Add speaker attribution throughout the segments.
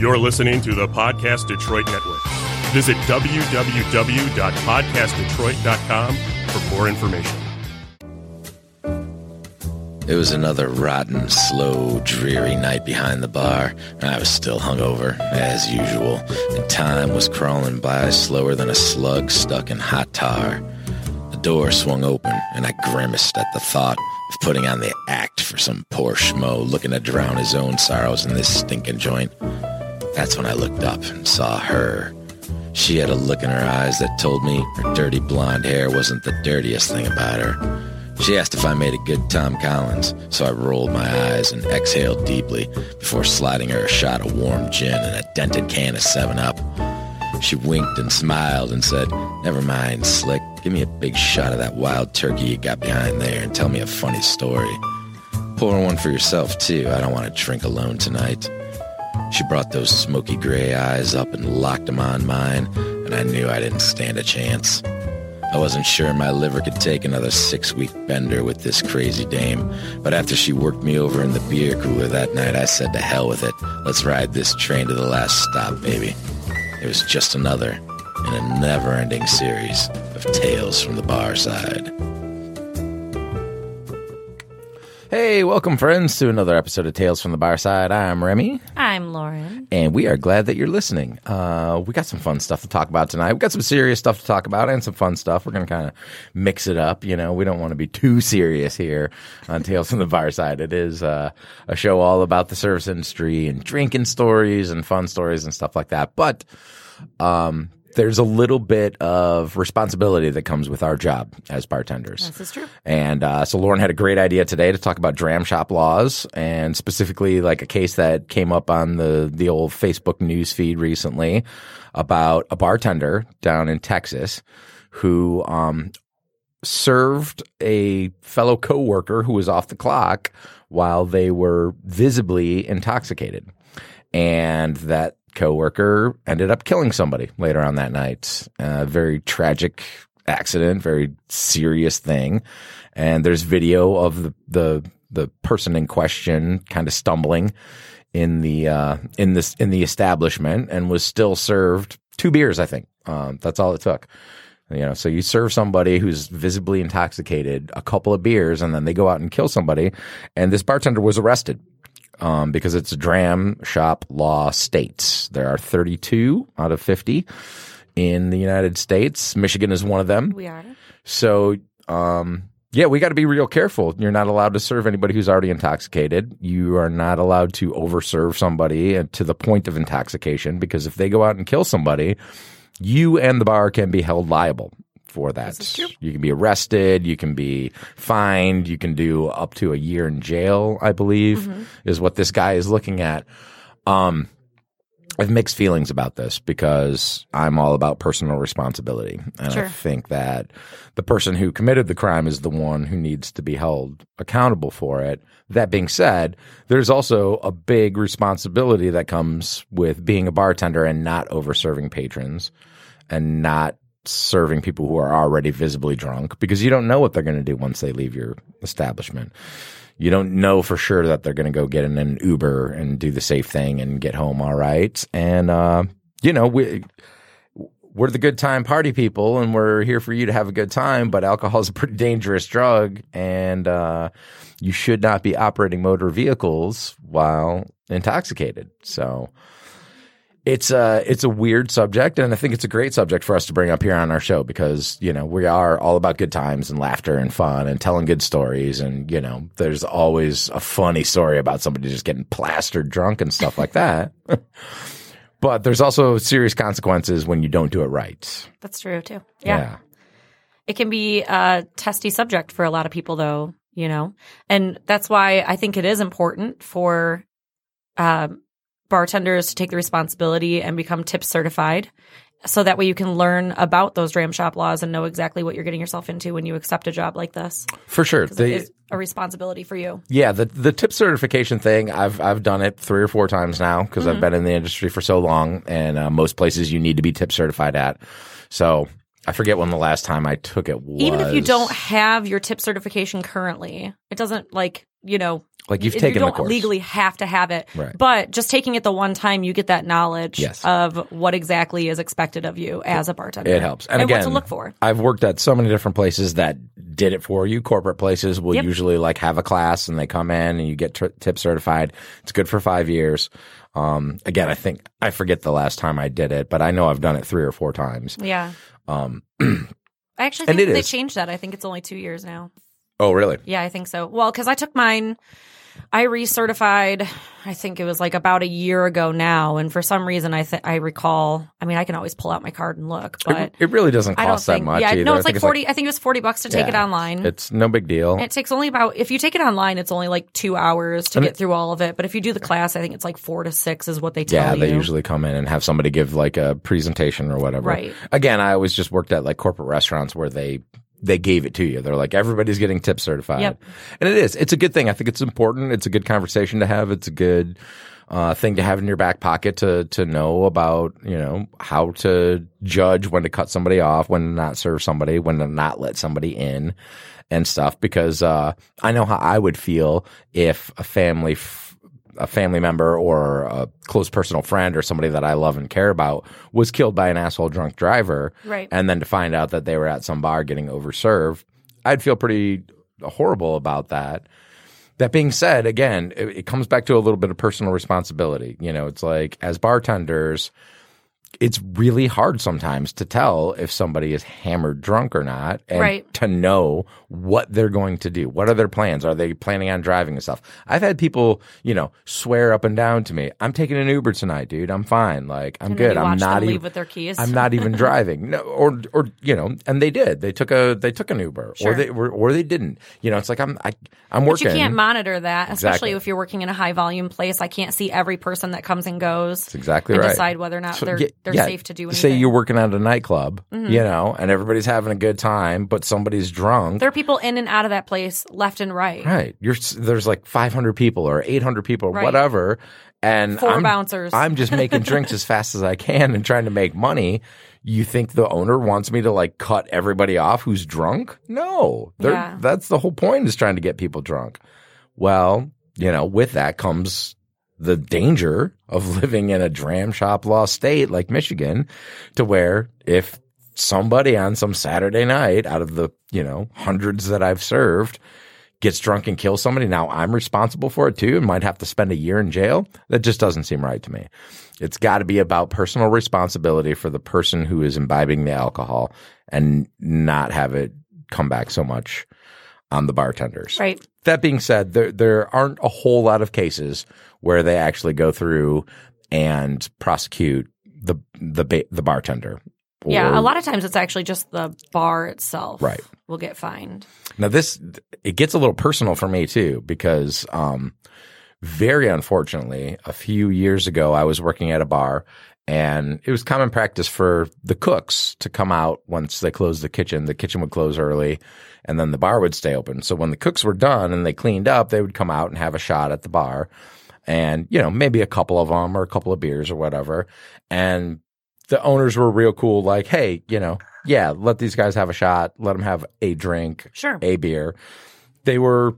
Speaker 1: You're listening to the Podcast Detroit Network. Visit www.podcastdetroit.com for more information.
Speaker 2: It was another rotten, slow, dreary night behind the bar, and I was still hungover, as usual, and time was crawling by slower than a slug stuck in hot tar. The door swung open, and I grimaced at the thought of putting on the act for some poor schmo looking to drown his own sorrows in this stinking joint. That's when I looked up and saw her. She had a look in her eyes that told me her dirty blonde hair wasn't the dirtiest thing about her. She asked if I made a good Tom Collins, so I rolled my eyes and exhaled deeply before sliding her a shot of warm gin and a dented can of 7-Up. She winked and smiled and said, Never mind, Slick. Give me a big shot of that wild turkey you got behind there and tell me a funny story. Pour one for yourself, too. I don't want to drink alone tonight. She brought those smoky gray eyes up and locked them on mine, and I knew I didn't stand a chance. I wasn't sure my liver could take another six-week bender with this crazy dame, but after she worked me over in the beer cooler that night, I said to hell with it. Let's ride this train to the last stop, baby. It was just another in a never-ending series of tales from the bar side. Hey, welcome friends to another episode of Tales from the Bar Side. I'm Remy.
Speaker 3: I'm Lauren.
Speaker 2: and we are glad that you're listening. Uh, we got some fun stuff to talk about tonight. We got some serious stuff to talk about and some fun stuff. We're going to kind of mix it up. You know, we don't want to be too serious here on Tales from the Bar Side. It is uh, a show all about the service industry and drinking stories and fun stories and stuff like that. But um, there's a little bit of responsibility that comes with our job as bartenders.
Speaker 3: This is true.
Speaker 2: And uh, so Lauren had a great idea today to talk about dram shop laws and specifically like a case that came up on the the old Facebook news feed recently about a bartender down in Texas who um, served a fellow coworker who was off the clock while they were visibly intoxicated. And that coworker ended up killing somebody later on that night. A very tragic accident, very serious thing. And there's video of the the, the person in question kind of stumbling in the uh, in this in the establishment and was still served two beers, I think. Um, that's all it took. You know, so you serve somebody who's visibly intoxicated a couple of beers, and then they go out and kill somebody. And this bartender was arrested um, because it's dram shop law states. There are 32 out of 50 in the United States. Michigan is one of them.
Speaker 3: We are.
Speaker 2: So, um, yeah, we got to be real careful. You're not allowed to serve anybody who's already intoxicated. You are not allowed to overserve somebody uh, to the point of intoxication because if they go out and kill somebody, you and the bar can be held liable for that. You can be arrested, you can be fined, you can do up to a year in jail, I believe, is what this guy is looking at. Um, I have mixed feelings about this because I'm all about personal responsibility. And I
Speaker 3: Sure.
Speaker 2: think that the person who committed the crime is the one who needs to be held accountable for it. That being said, there's also a big responsibility that comes with being a bartender and not over serving patrons and not serving people who are already visibly drunk because you don't know what they're going to do once they leave your establishment. You don't know for sure that they're going to go get in an Uber and do the safe thing and get home all right. And uh, you know, we we're the good time party people, and we're here for you to have a good time. But alcohol is a pretty dangerous drug, and uh, you should not be operating motor vehicles while intoxicated. So it's a it's a weird subject, and I think it's a great subject for us to bring up here on our show because you know we are all about good times and laughter and fun and telling good stories, and you know there's always a funny story about somebody just getting plastered drunk and stuff like that. but there's also serious consequences when you don't do it right.
Speaker 3: That's true too. Yeah. It can be a testy subject for a lot of people though, you know. And that's why I think it is important for um bartenders to take the responsibility and become tip certified. So that way you can learn about those dram shop laws and know exactly what you're getting yourself into when you accept a job like this.
Speaker 2: for sure.
Speaker 3: 'Cause
Speaker 2: They-
Speaker 3: it is a responsibility for you.
Speaker 2: Yeah, the the tip certification thing, I've I've done it three or four times now because
Speaker 3: Mm-hmm.
Speaker 2: I've been in the industry for so long, and uh, most places you need to be tip certified at. So I forget when the last time I took it was.
Speaker 3: Even if you don't have your tip certification currently, it doesn't like you know
Speaker 2: like you've
Speaker 3: if
Speaker 2: taken
Speaker 3: you
Speaker 2: the
Speaker 3: don't
Speaker 2: course.
Speaker 3: legally have to have it.
Speaker 2: Right.
Speaker 3: But just taking it the one time, you get that knowledge
Speaker 2: Yes.
Speaker 3: of what exactly is expected of you as a bartender.
Speaker 2: It helps. And
Speaker 3: what to
Speaker 2: again,
Speaker 3: look for.
Speaker 2: I've worked at so many different places that did it for you. Corporate places will
Speaker 3: Yep.
Speaker 2: usually like have a class and they come in and you get tr- tip certified. It's good for five years. Um, again, I think I forget the last time I did it, but I know I've done it three or four times.
Speaker 3: Yeah.
Speaker 2: Um,
Speaker 3: I actually
Speaker 2: And
Speaker 3: think
Speaker 2: it
Speaker 3: they
Speaker 2: is.
Speaker 3: changed that. I think it's only two years now.
Speaker 2: oh, really?
Speaker 3: Yeah, I think so. Well, because I took mine, I recertified. I think it was like about a year ago now, and for some reason, I th- I recall. I mean, I can always pull out my card and look, but
Speaker 2: It, it really doesn't
Speaker 3: I don't
Speaker 2: cost
Speaker 3: think.
Speaker 2: that much
Speaker 3: yeah,
Speaker 2: either.
Speaker 3: no,
Speaker 2: I
Speaker 3: it's
Speaker 2: think
Speaker 3: like forty. I think it was forty bucks to take it
Speaker 2: Yeah.
Speaker 3: online.
Speaker 2: It's no big deal.
Speaker 3: And Mm-hmm. it takes only about if you take it online, it's only like two hours to
Speaker 2: And
Speaker 3: get through all of it. But if you do the class, I think it's like four to six is what they
Speaker 2: Yeah,
Speaker 3: tell you.
Speaker 2: they usually come in and have somebody give like a presentation or whatever.
Speaker 3: Right.
Speaker 2: Again, I always just worked at like corporate restaurants where they they gave it to you. They're like everybody's getting tip certified,
Speaker 3: Yep.
Speaker 2: and it is. It's a good thing. I think it's important. It's a good conversation to have. It's a good uh, thing to have in your back pocket to to know about you know how to judge when to cut somebody off, when to not serve somebody, when to not let somebody in, and stuff. Because uh, I know how I would feel if a family. F- a family member or a close personal friend or somebody that I love and care about was killed by an asshole drunk driver,
Speaker 3: Right.
Speaker 2: And then to find out that they were at some bar getting overserved, I'd feel pretty horrible about that. That being said, again, it, it comes back to a little bit of personal responsibility. You know, it's like as bartenders, it's really hard sometimes to tell if somebody is hammered drunk or not and
Speaker 3: Right.
Speaker 2: to know what they're going to do. What are their plans? Are they planning on driving and stuff? I've had people, you know, swear up and down to me, I'm taking an Uber tonight, dude. I'm fine. Like, I'm
Speaker 3: And then
Speaker 2: good.
Speaker 3: you
Speaker 2: I'm
Speaker 3: watch
Speaker 2: not
Speaker 3: them
Speaker 2: even
Speaker 3: leave with their keys.
Speaker 2: I'm not even driving. No, or or you know, and they did. They took a they took an Uber, or
Speaker 3: Sure.
Speaker 2: they were, or they didn't. You know, it's like I'm I, I'm
Speaker 3: but
Speaker 2: working.
Speaker 3: you can't monitor that, especially
Speaker 2: Exactly.
Speaker 3: if you're working in a high volume place. I can't see every person that comes and goes. That's
Speaker 2: exactly
Speaker 3: and
Speaker 2: right.
Speaker 3: Decide whether or not
Speaker 2: So,
Speaker 3: they're
Speaker 2: yeah,
Speaker 3: they're
Speaker 2: yeah.
Speaker 3: safe to do anything. Mm-hmm.
Speaker 2: Say you're working at a nightclub, you know, and everybody's having a good time, but somebody's drunk.
Speaker 3: there are people in and out of that place, left and right.
Speaker 2: right. You're s- there's like 500 people or 800 people, or
Speaker 3: Right.
Speaker 2: whatever, and
Speaker 3: 4
Speaker 2: I'm,
Speaker 3: bouncers.
Speaker 2: I'm just making drinks as fast as I can and trying to make money. You think the owner wants me to like cut everybody off who's drunk? No. They're-
Speaker 3: Yeah.
Speaker 2: That's the whole point is trying to get people drunk. Well, you know, with that comes the danger of living in a dram shop law state like Michigan to where if somebody on some Saturday night out of the, you know, hundreds that I've served gets drunk and kills somebody, now I'm responsible for it too and might have to spend a year in jail. That just doesn't seem right to me. It's got to be about personal responsibility for the person who is imbibing the alcohol and not have it come back so much on the bartenders.
Speaker 3: Right.
Speaker 2: That being said, there there aren't a whole lot of cases where they actually go through and prosecute the the ba- the bartender.
Speaker 3: Yeah.
Speaker 2: Or-
Speaker 3: A lot of times it's actually just the bar itself.
Speaker 2: Right.
Speaker 3: Will get fined.
Speaker 2: Now this it gets a little personal for me too because um very unfortunately a few years ago I was working at a bar and it was common practice for the cooks to come out once they closed the kitchen the kitchen would close early and then the bar would stay open so when the cooks were done and they cleaned up they would come out and have a shot at the bar and you know maybe a couple of them or a couple of beers or whatever and the owners were real cool like hey you know yeah let these guys have a shot let them have a drink
Speaker 3: Sure.
Speaker 2: a beer. They were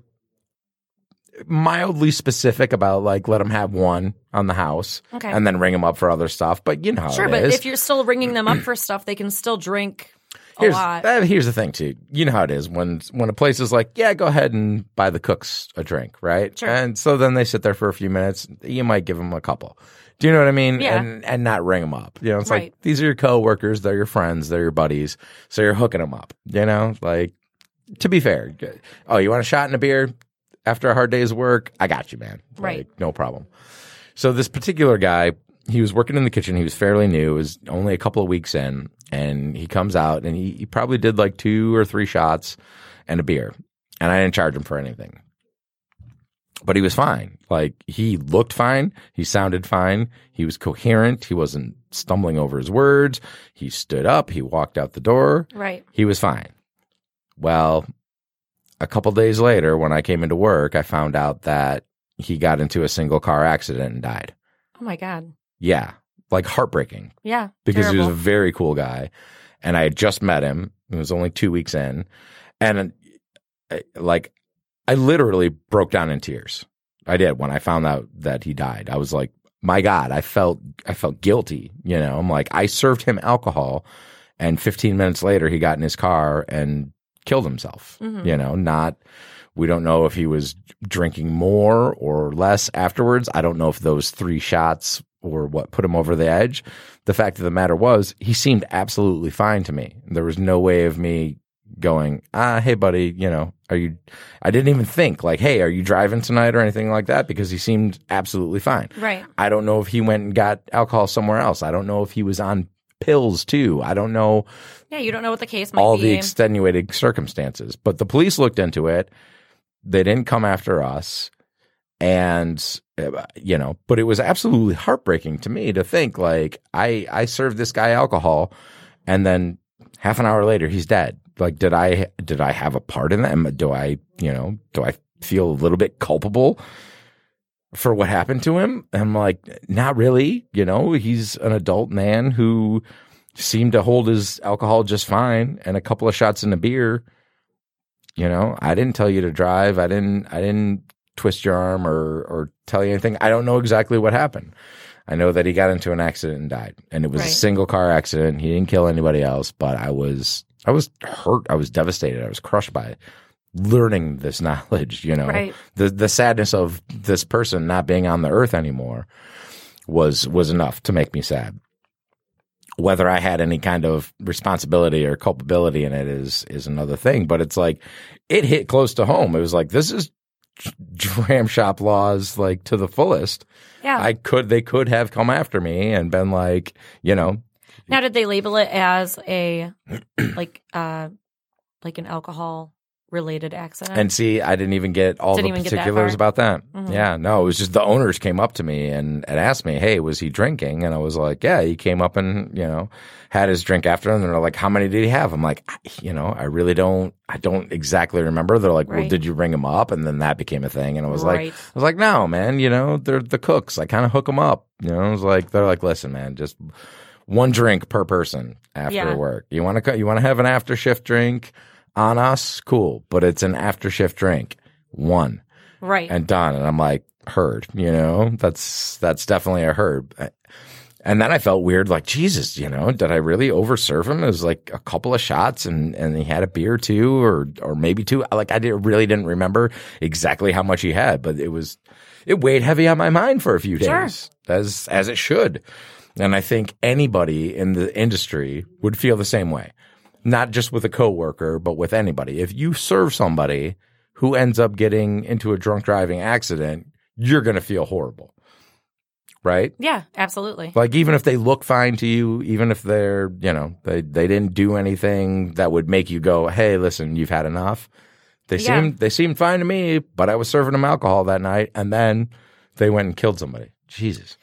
Speaker 2: mildly specific about like let them have one on the house
Speaker 3: Okay.
Speaker 2: and then ring them up for other stuff. But you know how
Speaker 3: Sure,
Speaker 2: it
Speaker 3: but
Speaker 2: is.
Speaker 3: if you're still ringing them up for stuff, they can still drink a
Speaker 2: here's,
Speaker 3: lot.
Speaker 2: uh, here's the thing too. You know how it is when when a place is like yeah go ahead and buy the cooks a drink right
Speaker 3: Sure.
Speaker 2: and so then they sit there for a few minutes. You might give them a couple. Do you know what I mean?
Speaker 3: Yeah.
Speaker 2: And and not ring them up. You know it's
Speaker 3: Right.
Speaker 2: like these are your coworkers. They're your friends. They're your buddies. So you're hooking them up. You know like to be fair, oh, you want a shot and a beer after a hard day's work? I got you, man. Like,
Speaker 3: Right.
Speaker 2: no problem. So this particular guy, he was working in the kitchen. He was fairly new. It was only a couple of weeks in, and he comes out and he, he probably did like two or three shots and a beer, and I didn't charge him for anything. But he was fine. Like he looked fine. He sounded fine. He was coherent. He wasn't stumbling over his words. He stood up. He walked out the door.
Speaker 3: Right.
Speaker 2: He was fine. Well, a couple days later, when I came into work, I found out that he got into a single car accident and died.
Speaker 3: Oh my God.
Speaker 2: Yeah. Like heartbreaking
Speaker 3: Yeah.
Speaker 2: because he
Speaker 3: terrible.
Speaker 2: was a very cool guy. and I had just met him. It was only two weeks in, and I, like I literally broke down in tears. I did when I found out that he died. I was like, my God, I felt I felt guilty. You know, I'm like I served him alcohol, and 15 minutes later he got in his car and killed himself.
Speaker 3: Mhm.
Speaker 2: You know, not. We don't know if he was drinking more or less afterwards. I don't know if those three shots were what put him over the edge. The fact of the matter was, he seemed absolutely fine to me. There was no way of me going, ah, hey, buddy, you know, are you, I didn't even think like, hey, are you driving tonight or anything like that? Because he seemed absolutely fine.
Speaker 3: Right.
Speaker 2: I don't know if he went and got alcohol somewhere else. I don't know if he was on pills too. I don't know
Speaker 3: Yeah, you don't know what the case might
Speaker 2: all
Speaker 3: be.
Speaker 2: the extenuating circumstances. But the police looked into it. They didn't come after us. And uh, you know, but it was absolutely heartbreaking to me to think like I I served this guy alcohol and then half an hour later he's dead. Like did I did I have a part in that? Am- Do I, you know, do I feel a little bit culpable for what happened to him? I'm like not really, you know, he's an adult man who seemed to hold his alcohol just fine and a couple of shots in the beer you know i didn't tell you to drive i didn't i didn't twist your arm or or tell you anything i don't know exactly what happened i know that he got into an accident and died and it was
Speaker 3: Right.
Speaker 2: a single car accident he didn't kill anybody else but i was i was hurt i was devastated i was crushed by learning this knowledge you know
Speaker 3: Right.
Speaker 2: the the sadness of this person not being on the earth anymore was was enough to make me sad. Whether I had any kind of responsibility or culpability in it is is another thing, but it's like it hit close to home. It was like this is dram shop laws like to the fullest.
Speaker 3: yeah.
Speaker 2: I could they could have come after me and been like, you know,
Speaker 3: now, did they label it as a like uh like an alcohol related accident?
Speaker 2: And see, I didn't even get all
Speaker 3: Didn't
Speaker 2: the
Speaker 3: even get that
Speaker 2: particulars
Speaker 3: far.
Speaker 2: about that.
Speaker 3: Mhm.
Speaker 2: Yeah, no, it was just the owners came up to me and, and asked me, "Hey, was he drinking?" And I was like, "Yeah." He came up and you know had his drink after, and they're like, "How many did he have?" I'm like, I, "You know, I really don't, I don't exactly remember." They're like, "Well,
Speaker 3: Right.
Speaker 2: did you ring him up?" And then that became a thing, and I was like,
Speaker 3: Right.
Speaker 2: I was like, no, man, you know, they're the cooks. I kind of hook them up. You know, I was like, they're like, listen, man, just one drink per person after
Speaker 3: Yeah.
Speaker 2: work. You want to, you want to have an after shift drink on us? Cool. But it's an after shift drink. One
Speaker 3: right.
Speaker 2: and done. And I'm like, heard, you know, that's, that's definitely a herd. And then I felt weird, like, Jesus, you know, did I really overserve him? It was like a couple of shots and, and he had a beer too, or, or maybe two. Like I did, really didn't remember exactly how much he had, but it was, it weighed heavy on my mind for a few
Speaker 3: Sure.
Speaker 2: days as, as it should. And I think anybody in the industry would feel the same way not just with a coworker, but with anybody. If you serve somebody who ends up getting into a drunk driving accident, you're going to feel horrible. Right?
Speaker 3: yeah, absolutely.
Speaker 2: Like even if they look fine to you, even if they're, you know, they they didn't do anything that would make you go, "Hey, listen, you've had enough." They
Speaker 3: Yeah.
Speaker 2: seemed they seemed fine to me, but I was serving them alcohol that night and then they went and killed somebody. Jesus.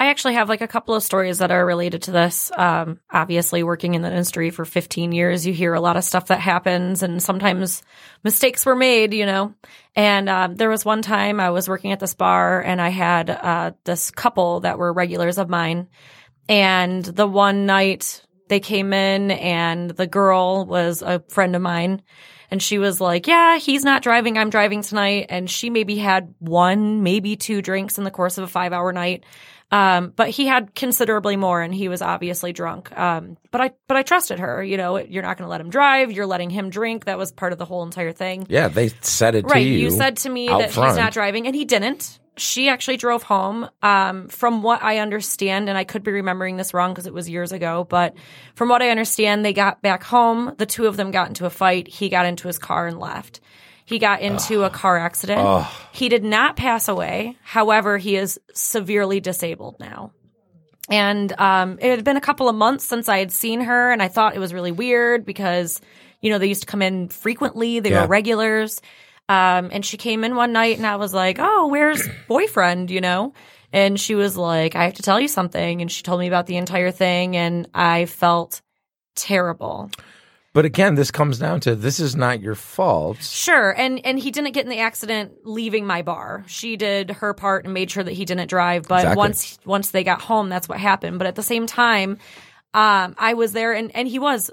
Speaker 3: I actually have like a couple of stories that are related to this. Um, obviously, working in the industry for 15 years, you hear a lot of stuff that happens, and sometimes mistakes were made, you know. And um, there was one time I was working at this bar, and I had uh, this couple that were regulars of mine. And the one night they came in, and the girl was a friend of mine. And she was like, Yeah, he's not driving. I'm driving tonight. And she maybe had one, maybe two drinks in the course of a five hour night. Um, but he had considerably more and he was obviously drunk. Um, but I, but I trusted her, you know, you're not going to let him drive. You're letting him drink. That was part of the whole entire thing.
Speaker 2: Yeah, they said it
Speaker 3: Right.
Speaker 2: to you.
Speaker 3: You, said to me
Speaker 2: out
Speaker 3: that
Speaker 2: front.
Speaker 3: he's not driving, and he didn't. She actually drove home. Um, from what I understand, and I could be remembering this wrong because it was years ago, but from what I understand, they got back home. The two of them got into a fight. He got into his car and left. He got into a car accident. He did not pass away. However, he is severely disabled now and um, it had been a couple of months since I had seen her, and I thought it was really weird because you know they used to come in frequently; they
Speaker 2: Yeah.
Speaker 3: were regulars. Um, and she came in one night, and I was like, "Oh, where's boyfriend?" You know, and she was like, "I have to tell you something," and she told me about the entire thing, and I felt terrible.
Speaker 2: But again, this comes down to this is not your fault.
Speaker 3: Sure, and and he didn't get in the accident leaving my bar. She did her part and made sure that he didn't drive. But
Speaker 2: Exactly.
Speaker 3: once once they got home, that's what happened. But at the same time, Um, I was there, and and he was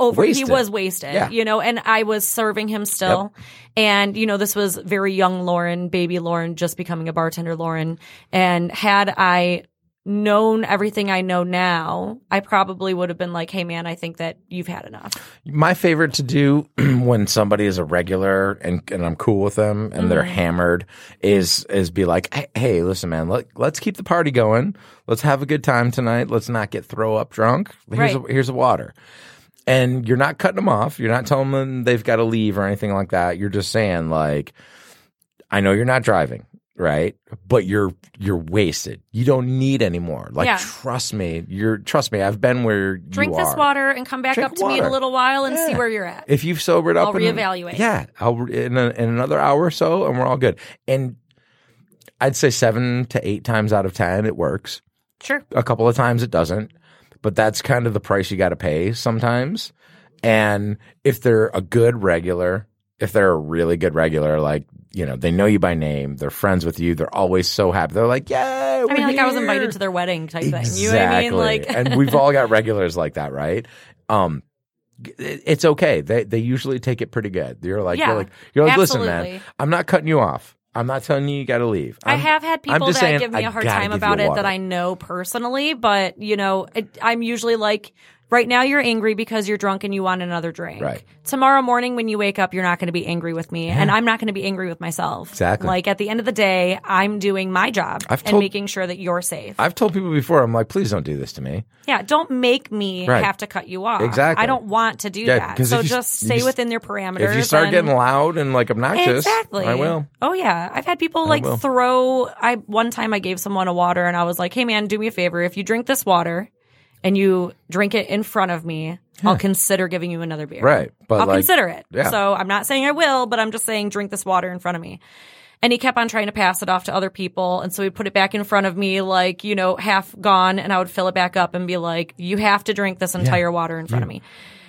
Speaker 3: over.
Speaker 2: Wasted.
Speaker 3: He was wasted,
Speaker 2: Yeah.
Speaker 3: you know. And I was serving him still, and you know this was very young Lauren, baby Lauren, just becoming a bartender Lauren. And had I known everything I know now, I probably would have been like, "Hey, man, I think that you've had enough."
Speaker 2: My favorite to do when somebody is a regular and, and I'm cool with them and they're
Speaker 3: Mm-hmm.
Speaker 2: hammered is is be like, "Hey- hey, listen, man, let, let's keep the party going. Let's have a good time tonight. Let's not get throw up drunk. Here's, a,
Speaker 3: Right.
Speaker 2: here's a water. And you're not cutting them off. You're not telling them they've got to leave or anything like that. You're just saying like, I know you're not driving, right? But you're you're wasted. You don't need any more. Like,
Speaker 3: Yeah.
Speaker 2: trust me. You're trust me. I've been where
Speaker 3: Drink
Speaker 2: you
Speaker 3: this
Speaker 2: are
Speaker 3: water and come back
Speaker 2: Drink
Speaker 3: up to me in a
Speaker 2: water.
Speaker 3: little while and see
Speaker 2: Yeah.
Speaker 3: where you're at.
Speaker 2: if you've sobered up,
Speaker 3: I'll
Speaker 2: and-
Speaker 3: reevaluate.
Speaker 2: Yeah, I'll re- in, a, in another hour or so, and we're all good. And I'd say seven to eight times out of ten, it works.
Speaker 3: Sure.
Speaker 2: A couple of times, it doesn't. But that's kind of the price you got to pay sometimes. And if they're a good regular, if they're a really good regular, like you know, they know you by name, they're friends with you, they're always so happy. They're like, "Yeah."
Speaker 3: I mean, like I was invited to their wedding type thing. You know what I mean? Like,
Speaker 2: and we've all got regulars like that, right? Um, it- it's okay. They they usually take it pretty good. You're like,
Speaker 3: Yeah,
Speaker 2: you're like, you're like, listen, man,
Speaker 3: absolutely.
Speaker 2: I'm not cutting you off. I'm not telling you you got to leave.
Speaker 3: I
Speaker 2: I'm-
Speaker 3: have
Speaker 2: I'm
Speaker 3: had people that
Speaker 2: just saying,
Speaker 3: give me
Speaker 2: I
Speaker 3: a hard
Speaker 2: gotta
Speaker 3: time
Speaker 2: give you
Speaker 3: about it that
Speaker 2: water.
Speaker 3: I know personally, but you know, it, I'm usually like, right now you're angry because you're drunk and you want another drink.
Speaker 2: Right.
Speaker 3: Tomorrow morning when you wake up, you're not going to be angry with me, and I'm not going to be angry with myself.
Speaker 2: Exactly.
Speaker 3: Like at the end of the day, I'm doing my job
Speaker 2: I've
Speaker 3: and
Speaker 2: told-
Speaker 3: making sure that you're safe.
Speaker 2: I've told people before. I'm like, please don't do this to me.
Speaker 3: yeah. Don't make me
Speaker 2: Right.
Speaker 3: have to cut you off.
Speaker 2: Exactly.
Speaker 3: I don't want to do
Speaker 2: Yeah,
Speaker 3: that.
Speaker 2: 'cause
Speaker 3: So
Speaker 2: if you-
Speaker 3: just
Speaker 2: you
Speaker 3: stay
Speaker 2: s-
Speaker 3: within their parameters.
Speaker 2: If you start
Speaker 3: and-
Speaker 2: getting loud and like obnoxious,
Speaker 3: Exactly.
Speaker 2: I will.
Speaker 3: Oh yeah, I've had people like
Speaker 2: will.
Speaker 3: throw. I one time I gave someone a water and I was like, "Hey man, do me a favor. If you drink this water and you drink it in front of me, I'll consider giving you another beer.
Speaker 2: Right, but
Speaker 3: I'll
Speaker 2: like,
Speaker 3: consider it.
Speaker 2: yeah.
Speaker 3: So I'm not saying I will, but I'm just saying drink this water in front of me. And he kept on trying to pass it off to other people, and so he'd put it back in front of me, like you know, half gone, and I would fill it back up and be like, "You have to drink this entire water in front of me."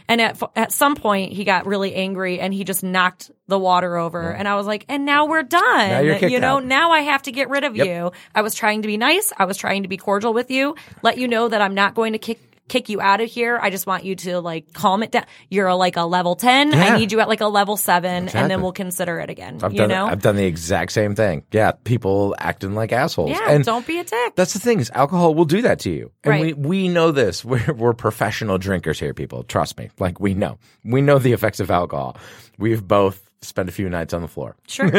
Speaker 3: And at at some point, he got really angry and he just knocked the water over, and I was like, "And now we're done.
Speaker 2: Now you're kicked
Speaker 3: you know,
Speaker 2: out.
Speaker 3: now I have to get rid of you. I was trying to be nice. I was trying to be cordial with you. Let you know that I'm not going to kick kick you out of here. I just want you to like calm it down. You're like a level ten. I
Speaker 2: Yeah.
Speaker 3: need you at like a level 7 and
Speaker 2: Exactly.
Speaker 3: then we'll consider it again.
Speaker 2: I've
Speaker 3: you
Speaker 2: done.
Speaker 3: know,
Speaker 2: I've done the exact same thing. Yeah, people acting like assholes.
Speaker 3: yeah.
Speaker 2: and
Speaker 3: don't be a dick.
Speaker 2: That's the thing is alcohol will do that to you. And
Speaker 3: Right.
Speaker 2: we, we know this. We're, we're professional drinkers here, people. Trust me. Like we know. We know the effects of alcohol. We've both spent a few nights on the floor.
Speaker 3: Sure.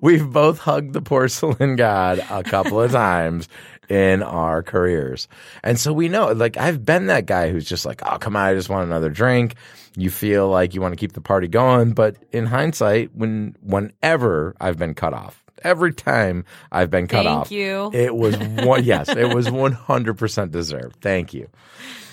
Speaker 2: We've both hugged the porcelain god a couple of times in our careers. And so we know, like, I've been that guy who's just like, oh, come on, I just want another drink. You feel like you want to keep the party going. But in hindsight, when, whenever I've been cut off, every time I've been cut
Speaker 3: Thank
Speaker 2: off,
Speaker 3: you.
Speaker 2: it was one, yes, it was 100% deserved. Thank you.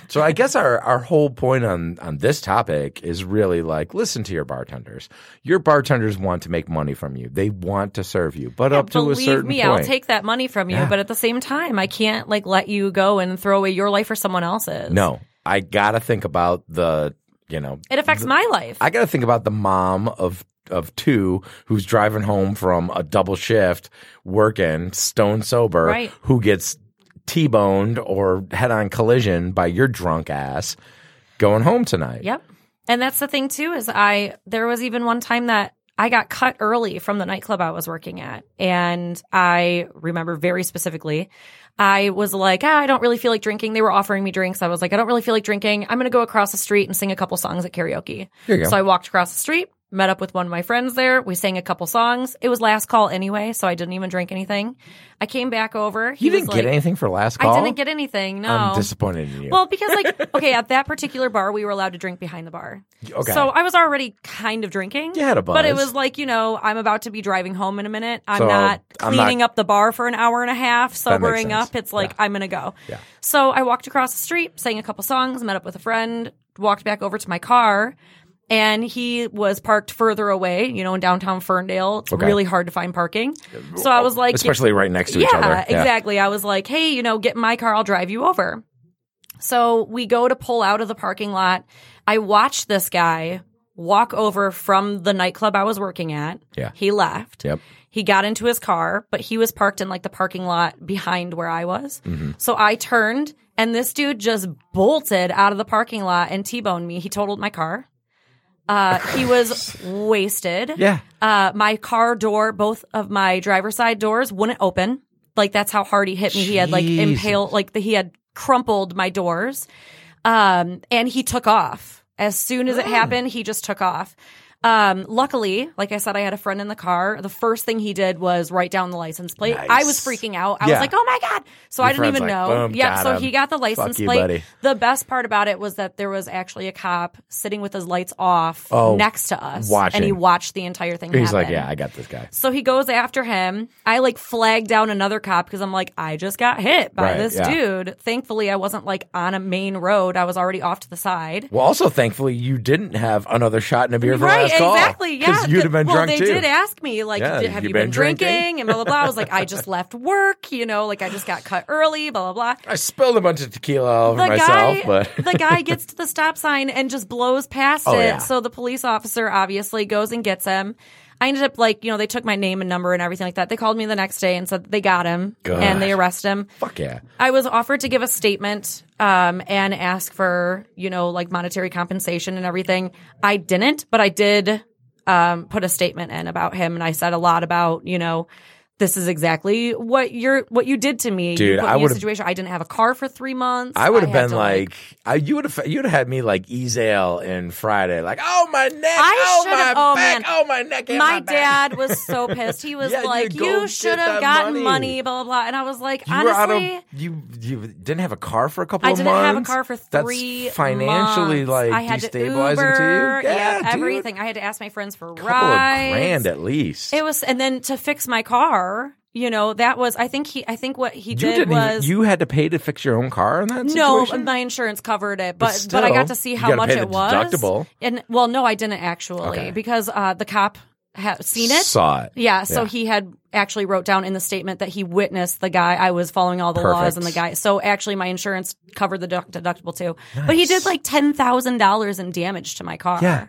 Speaker 2: So I guess our, our whole point on, on this topic is really like listen to your bartenders. Your bartenders want to make money from you. They want to serve you, but up to a
Speaker 3: Believe
Speaker 2: certain
Speaker 3: me,
Speaker 2: point.
Speaker 3: I'll take that money from you, but at the same time, I can't like let you go and throw away your life for someone else's.
Speaker 2: no, I gotta think about the you know
Speaker 3: It affects my life.
Speaker 2: I gotta think about the mom of of two who's driving home from a double shift, working stone sober,
Speaker 3: Right.
Speaker 2: who gets t boned or head on collision by your drunk ass going home tonight.
Speaker 3: Yep. And that's the thing too is I there was even one time that I got cut early from the nightclub I was working at and I remember very specifically I was like, ah, I don't really feel like drinking. They were offering me drinks. I was like, I don't really feel like drinking. I'm going to go across the street and sing a couple songs at karaoke.
Speaker 2: There you go.
Speaker 3: So I walked across the street, met up with one of my friends there. We sang a couple songs. It was last call anyway, so I didn't even drink anything. I came back over. He
Speaker 2: You didn't
Speaker 3: was
Speaker 2: get
Speaker 3: like,
Speaker 2: anything for last call.
Speaker 3: I didn't get anything. No.
Speaker 2: I'm disappointed in you.
Speaker 3: Oh. Well, because like okay, at that particular bar, we were allowed to drink behind the bar.
Speaker 2: Okay.
Speaker 3: So I was already kind of drinking.
Speaker 2: You had a
Speaker 3: But it
Speaker 2: buzz.
Speaker 3: was like you know I'm about to be driving home in a minute. I'm
Speaker 2: So,
Speaker 3: not
Speaker 2: I'm
Speaker 3: cleaning
Speaker 2: not-
Speaker 3: up the bar for an hour and a half,
Speaker 2: That makes
Speaker 3: sobering
Speaker 2: sense.
Speaker 3: up. It's like I'm gonna go.
Speaker 2: Yeah.
Speaker 3: So I walked across the street, sang a couple songs, met up with a friend, walked back over to my car. And he was parked further away, you know, in downtown Ferndale. It's
Speaker 2: Okay.
Speaker 3: really hard to find parking. So I was like,
Speaker 2: especially right next to
Speaker 3: yeah,
Speaker 2: each other.
Speaker 3: exactly. I was like, hey, you know, get in my car, I'll drive you over. So we go to pull out of the parking lot. I watched this guy walk over from the nightclub I was working at.
Speaker 2: Yeah.
Speaker 3: He left.
Speaker 2: Yep.
Speaker 3: He got
Speaker 2: Mm-hmm.
Speaker 3: into his car, but he was parked in like the parking lot behind where I was. So I turned And this dude just bolted out of the parking lot and T-boned me. He totaled my car. Uh, he was wasted.
Speaker 2: Yeah.
Speaker 3: Uh, my car door, both of my driver's side doors wouldn't open. Like that's how hard he hit me. He had like
Speaker 2: Jesus.
Speaker 3: impaled, like the, he had crumpled my doors. Um, and he took off. As soon as it happened, he just took off. Um, luckily, like I said, I had a friend in the car. The first thing he did was write down the license plate. I was
Speaker 2: Nice.
Speaker 3: freaking out. I
Speaker 2: Yeah.
Speaker 3: was like, oh my God. So
Speaker 2: Your
Speaker 3: I didn't
Speaker 2: friend's
Speaker 3: even
Speaker 2: like,
Speaker 3: know.
Speaker 2: boom,
Speaker 3: yeah.
Speaker 2: got
Speaker 3: So
Speaker 2: him.
Speaker 3: he got the license
Speaker 2: Fuck you,
Speaker 3: plate.
Speaker 2: buddy.
Speaker 3: The best part about it was that there was actually a cop sitting with his lights off
Speaker 2: Oh,
Speaker 3: next to us,
Speaker 2: watching.
Speaker 3: and he watched the entire thing.
Speaker 2: He's
Speaker 3: happen.
Speaker 2: like, yeah, I got this guy.
Speaker 3: So he goes after him. I like flag down another cop because I'm like, I just got hit by
Speaker 2: Right,
Speaker 3: this
Speaker 2: yeah.
Speaker 3: dude. Thankfully, I wasn't like on a main road. I was already off to the side.
Speaker 2: Well, also thankfully you didn't have another shot in a beer for
Speaker 3: Right,
Speaker 2: last call.
Speaker 3: exactly. Yeah,
Speaker 2: because you'd have been
Speaker 3: well,
Speaker 2: drunk
Speaker 3: they
Speaker 2: too.
Speaker 3: did ask me, like,
Speaker 2: Yeah,
Speaker 3: did,
Speaker 2: have
Speaker 3: have
Speaker 2: you
Speaker 3: you
Speaker 2: been
Speaker 3: been,
Speaker 2: drinking?
Speaker 3: drinking? and blah blah blah. I was like, I just left work, you know, like I just got cut early, blah blah blah.
Speaker 2: I spilled a bunch of tequila all over
Speaker 3: The
Speaker 2: myself,
Speaker 3: guy,
Speaker 2: but
Speaker 3: the guy gets to the stop sign and just blows past
Speaker 2: Oh,
Speaker 3: it.
Speaker 2: yeah.
Speaker 3: So the police officer obviously goes and gets him. I ended up like, you know, they took my name and number and everything like that. They called me the next day and said they got him
Speaker 2: Good.
Speaker 3: and they arrest him.
Speaker 2: fuck yeah.
Speaker 3: I was offered to give a statement um, and ask for, you know, like monetary compensation and everything. I didn't, but I did um, put a statement in about him, and I said a lot about, you know, this is exactly what you're what you did to me.
Speaker 2: Dude,
Speaker 3: you put
Speaker 2: I
Speaker 3: me in a
Speaker 2: would've-
Speaker 3: situation. I didn't have a car for three months.
Speaker 2: I would have
Speaker 3: had
Speaker 2: been
Speaker 3: to,
Speaker 2: like, I, you would have, you'd have had me like Ezale in Friday, like, oh my neck,
Speaker 3: I
Speaker 2: oh my
Speaker 3: should've- oh,
Speaker 2: back,
Speaker 3: man.
Speaker 2: oh my neck, and
Speaker 3: my
Speaker 2: back."
Speaker 3: dad was so pissed. He was
Speaker 2: Yeah, you
Speaker 3: like,
Speaker 2: go
Speaker 3: "You,
Speaker 2: get
Speaker 3: should
Speaker 2: that
Speaker 3: have gotten
Speaker 2: money."
Speaker 3: money. blah blah blah." And I was like,
Speaker 2: You were out of-
Speaker 3: honestly.
Speaker 2: you you didn't have a car for a couple
Speaker 3: I
Speaker 2: of
Speaker 3: didn't
Speaker 2: months.
Speaker 3: have a car for three
Speaker 2: That's financially
Speaker 3: months.
Speaker 2: like
Speaker 3: I had to
Speaker 2: destabilizing to,
Speaker 3: Uber,
Speaker 2: you.
Speaker 3: Yeah,
Speaker 2: dude.
Speaker 3: everything. I had to ask my friends for
Speaker 2: couple of
Speaker 3: rides.
Speaker 2: grand at least.
Speaker 3: It was, and then to fix my car, you know, that was. I think he. I think what he
Speaker 2: you
Speaker 3: did
Speaker 2: didn't even-
Speaker 3: was.
Speaker 2: you had to pay to fix your own car in that
Speaker 3: no,
Speaker 2: situation?
Speaker 3: my insurance covered it, but but, I
Speaker 2: still,
Speaker 3: got to see
Speaker 2: you
Speaker 3: how
Speaker 2: gotta
Speaker 3: much
Speaker 2: pay the
Speaker 3: it was.
Speaker 2: deductible.
Speaker 3: And well, no, I didn't actually
Speaker 2: Okay.
Speaker 3: because uh, the cop had seen it.
Speaker 2: Saw it.
Speaker 3: Yeah, so
Speaker 2: Yeah.
Speaker 3: he had actually wrote down in the statement that he witnessed the guy. I was following all the
Speaker 2: Perfect.
Speaker 3: laws and the guy. So actually, my insurance covered the deduct- deductible too. But he did like ten thousand dollars in damage to my car.
Speaker 2: Yeah.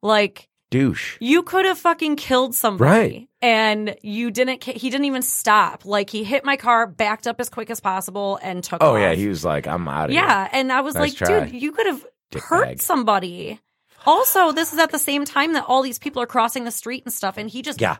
Speaker 3: like
Speaker 2: Douche.
Speaker 3: you could have fucking killed somebody,
Speaker 2: Right.
Speaker 3: And you didn't. ca- He didn't even stop. Like he hit my car, backed up as quick as possible, and took.
Speaker 2: Oh
Speaker 3: off.
Speaker 2: yeah, he was like, I'm out of here.
Speaker 3: Yeah, and I was
Speaker 2: Nice
Speaker 3: like,
Speaker 2: try.
Speaker 3: dude, you could have
Speaker 2: Dick
Speaker 3: hurt
Speaker 2: bag.
Speaker 3: somebody. Also, this is at the same time that all these people are crossing the street and stuff, and he just
Speaker 2: Yeah.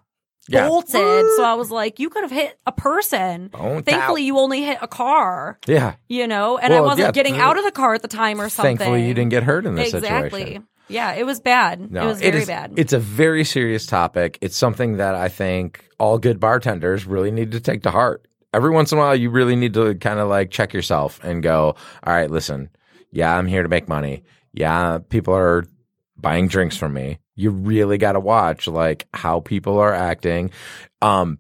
Speaker 2: Yeah.
Speaker 3: bolted. So I was like, you could have hit a person.
Speaker 2: Bonked
Speaker 3: Thankfully,
Speaker 2: out.
Speaker 3: you only hit a car,
Speaker 2: Yeah.
Speaker 3: you know, and
Speaker 2: Well,
Speaker 3: I wasn't
Speaker 2: yeah,
Speaker 3: getting
Speaker 2: th-
Speaker 3: out of the car at the time or something.
Speaker 2: Thankfully, you didn't get hurt in this
Speaker 3: Exactly.
Speaker 2: situation.
Speaker 3: Yeah, it was bad. it was very
Speaker 2: is-
Speaker 3: bad.
Speaker 2: It's a very serious topic. It's something that I think all good bartenders really need to take to heart. Every once in a while, you really need to kind of like check yourself and go, all right, listen, yeah, I'm here to make money. Yeah, people are buying drinks from me. You really got to watch like how people are acting. Um,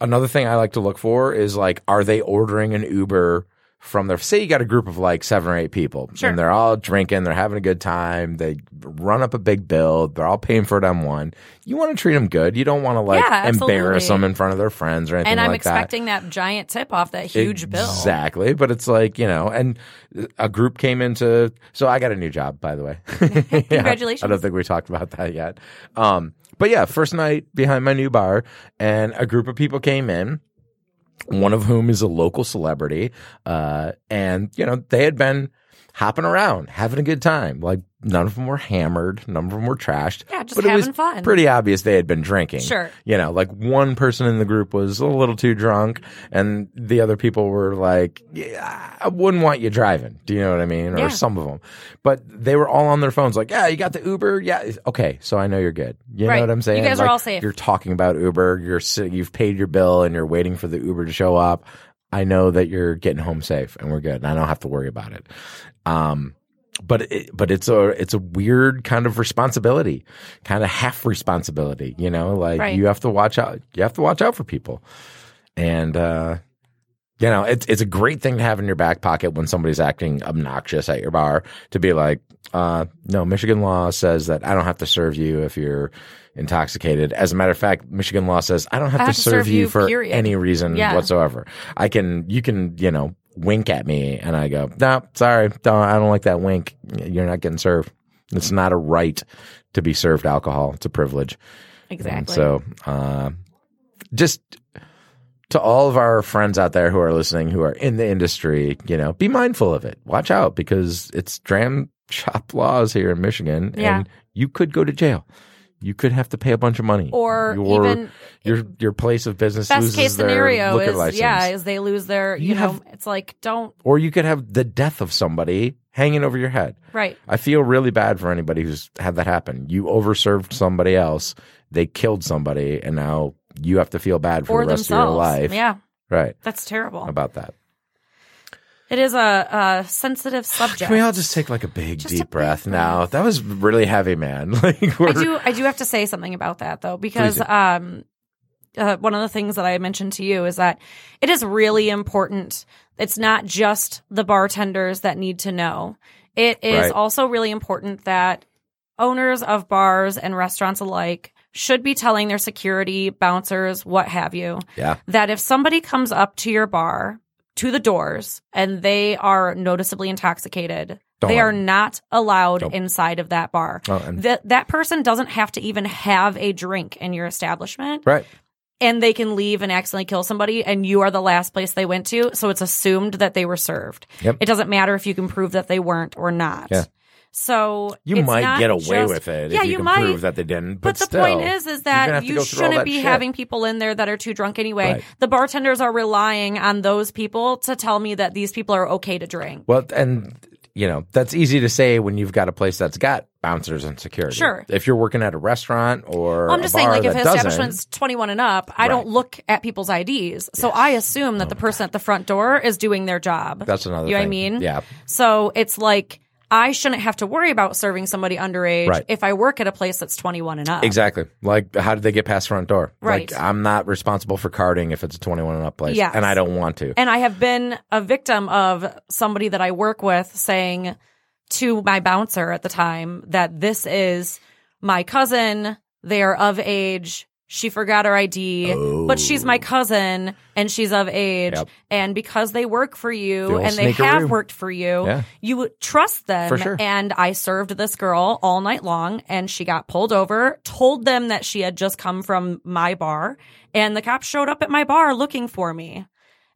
Speaker 2: another thing I like to look for is like, are they ordering an Uber from their, say you got a group of like seven or eight people
Speaker 3: Sure.
Speaker 2: and they're all drinking, they're having a good time. They run up a big bill. They're all paying for it on one. You want to treat them good. You don't want to like
Speaker 3: Yeah,
Speaker 2: embarrass
Speaker 3: absolutely.
Speaker 2: them in front of their friends or anything
Speaker 3: and I'm
Speaker 2: like that
Speaker 3: expecting that. giant tip off, that huge bill.
Speaker 2: exactly but it's like you know and a group came into so i got a new job by the way Yeah.
Speaker 3: Congratulations.
Speaker 2: i don't think we talked about that yet um but yeah first night behind my new bar and a group of people came in one of whom is a local celebrity uh and you know they had been hopping around having a good time like none of them were hammered none of them were trashed
Speaker 3: Yeah, just
Speaker 2: but it was
Speaker 3: having fun.
Speaker 2: pretty obvious they had been drinking
Speaker 3: Sure.
Speaker 2: you know, like one person in the group was a little too drunk, and the other people were like, yeah, I wouldn't want you driving. Do you know what I mean? Or
Speaker 3: Yeah.
Speaker 2: some of them. But they were all on their phones, like, yeah, you got the Uber. Yeah. Okay. So I know you're good. You know
Speaker 3: Right.
Speaker 2: what I'm
Speaker 3: You
Speaker 2: saying?
Speaker 3: guys are
Speaker 2: Like,
Speaker 3: all safe.
Speaker 2: You're talking about Uber. You're si- You've paid your bill and you're waiting for the Uber to show up. I know that you're getting home safe and we're good and I don't have to worry about it. Um, but it, but it's a it's a weird kind of responsibility, kind of half responsibility, you know, like
Speaker 3: Right.
Speaker 2: you have to watch out you have to watch out for people. And uh you know, it's it's a great thing to have in your back pocket when somebody's acting obnoxious at your bar to be like, uh, no, Michigan law says that I don't have to serve you if you're intoxicated. As a matter of fact, Michigan law says I don't have, to, serve, you, for
Speaker 3: period.
Speaker 2: any reason
Speaker 3: Yeah.
Speaker 2: whatsoever. I can, you can, you know, wink at me, and I go, no, sorry, no, I don't like that wink. You're not getting served. It's not a right to be served alcohol. It's a privilege. And
Speaker 3: Exactly.
Speaker 2: so, uh, just to all of our friends out there who are listening who are in the industry, you know, be mindful of it. Watch out because it's dram shop laws here in Michigan
Speaker 3: Yeah.
Speaker 2: and you could go to jail. You could have to pay a bunch of money.
Speaker 3: Or
Speaker 2: your,
Speaker 3: even
Speaker 2: your your place of business
Speaker 3: best
Speaker 2: loses
Speaker 3: case
Speaker 2: their
Speaker 3: scenario
Speaker 2: liquor
Speaker 3: is
Speaker 2: license.
Speaker 3: yeah, is they lose their you,
Speaker 2: You
Speaker 3: know,
Speaker 2: have-
Speaker 3: it's like don't
Speaker 2: or you could have the death of somebody hanging over your head.
Speaker 3: right.
Speaker 2: I feel really bad for anybody who's had that happen. You overserved somebody else, they killed somebody, and now you have to feel bad for
Speaker 3: Or
Speaker 2: the rest
Speaker 3: themselves.
Speaker 2: of your life.
Speaker 3: Yeah.
Speaker 2: Right.
Speaker 3: That's terrible.
Speaker 2: About that.
Speaker 3: It is a, a sensitive subject.
Speaker 2: Can we all just take like a big
Speaker 3: Just a
Speaker 2: deep
Speaker 3: big
Speaker 2: breath now? That was really heavy, man. Like we're
Speaker 3: I do. I do have to say something about that though, because
Speaker 2: Please do.
Speaker 3: um, uh, one of the things that I mentioned to you is that it is really important. It's not just the bartenders that need to know. It is
Speaker 2: Right.
Speaker 3: also really important that owners of bars and restaurants alike should be telling their security, bouncers, what have you,
Speaker 2: Yeah.
Speaker 3: that if somebody comes up to your bar, to the doors, and they are noticeably intoxicated,
Speaker 2: Don't
Speaker 3: they
Speaker 2: let
Speaker 3: are
Speaker 2: them.
Speaker 3: not allowed
Speaker 2: Don't.
Speaker 3: inside of that bar
Speaker 2: Oh, and-
Speaker 3: that that person doesn't have to even have a drink in your establishment
Speaker 2: right.
Speaker 3: and they can leave and accidentally kill somebody and you are the last place they went to so it's assumed that they were served
Speaker 2: Yep.
Speaker 3: it doesn't matter if you can prove that they weren't or not
Speaker 2: Yeah.
Speaker 3: so
Speaker 2: You
Speaker 3: it's
Speaker 2: might
Speaker 3: not
Speaker 2: get away
Speaker 3: just-
Speaker 2: with it
Speaker 3: yeah
Speaker 2: if you, can
Speaker 3: might
Speaker 2: prove that they didn't. But,
Speaker 3: but, the
Speaker 2: still,
Speaker 3: point is
Speaker 2: gonna
Speaker 3: is that
Speaker 2: have to
Speaker 3: you
Speaker 2: go through all
Speaker 3: shouldn't
Speaker 2: that
Speaker 3: be
Speaker 2: shit.
Speaker 3: having people in there that are too drunk anyway
Speaker 2: Right.
Speaker 3: the bartenders are relying on those people to tell me that these people are okay to drink
Speaker 2: Well, and you know that's easy to say when you've got a place that's got bouncers and security.
Speaker 3: Sure.
Speaker 2: If you're working at a restaurant or
Speaker 3: I'm
Speaker 2: a
Speaker 3: just saying,
Speaker 2: bar
Speaker 3: like, if
Speaker 2: that
Speaker 3: an
Speaker 2: doesn't-
Speaker 3: establishment's 21 and up, I don't
Speaker 2: Right.
Speaker 3: look at people's IDs. So I assume that the person at the front door is doing their job.
Speaker 2: that's another.
Speaker 3: You know what
Speaker 2: thing.
Speaker 3: I mean?
Speaker 2: Yeah.
Speaker 3: So it's like, I shouldn't have to worry about serving somebody underage
Speaker 2: Right.
Speaker 3: if I work at a place that's 21 and up.
Speaker 2: Exactly. Like, how did they get past front door?
Speaker 3: Right.
Speaker 2: Like, I'm not responsible for carding if it's a 21 and up place,
Speaker 3: Yes.
Speaker 2: and I don't want to.
Speaker 3: And I have been a victim of somebody that I work with saying to my bouncer at the time that this is my cousin. They are of age. She forgot her ID, but she's my cousin and she's of age.
Speaker 2: Oh. Yep.
Speaker 3: And because they work for you
Speaker 2: The old
Speaker 3: and they have
Speaker 2: sneakeroo.
Speaker 3: worked for you,
Speaker 2: Yeah.
Speaker 3: you would trust them.
Speaker 2: For sure.
Speaker 3: And I served this girl all night long and she got pulled over, told them that she had just come from my bar, and the cops showed up at my bar looking for me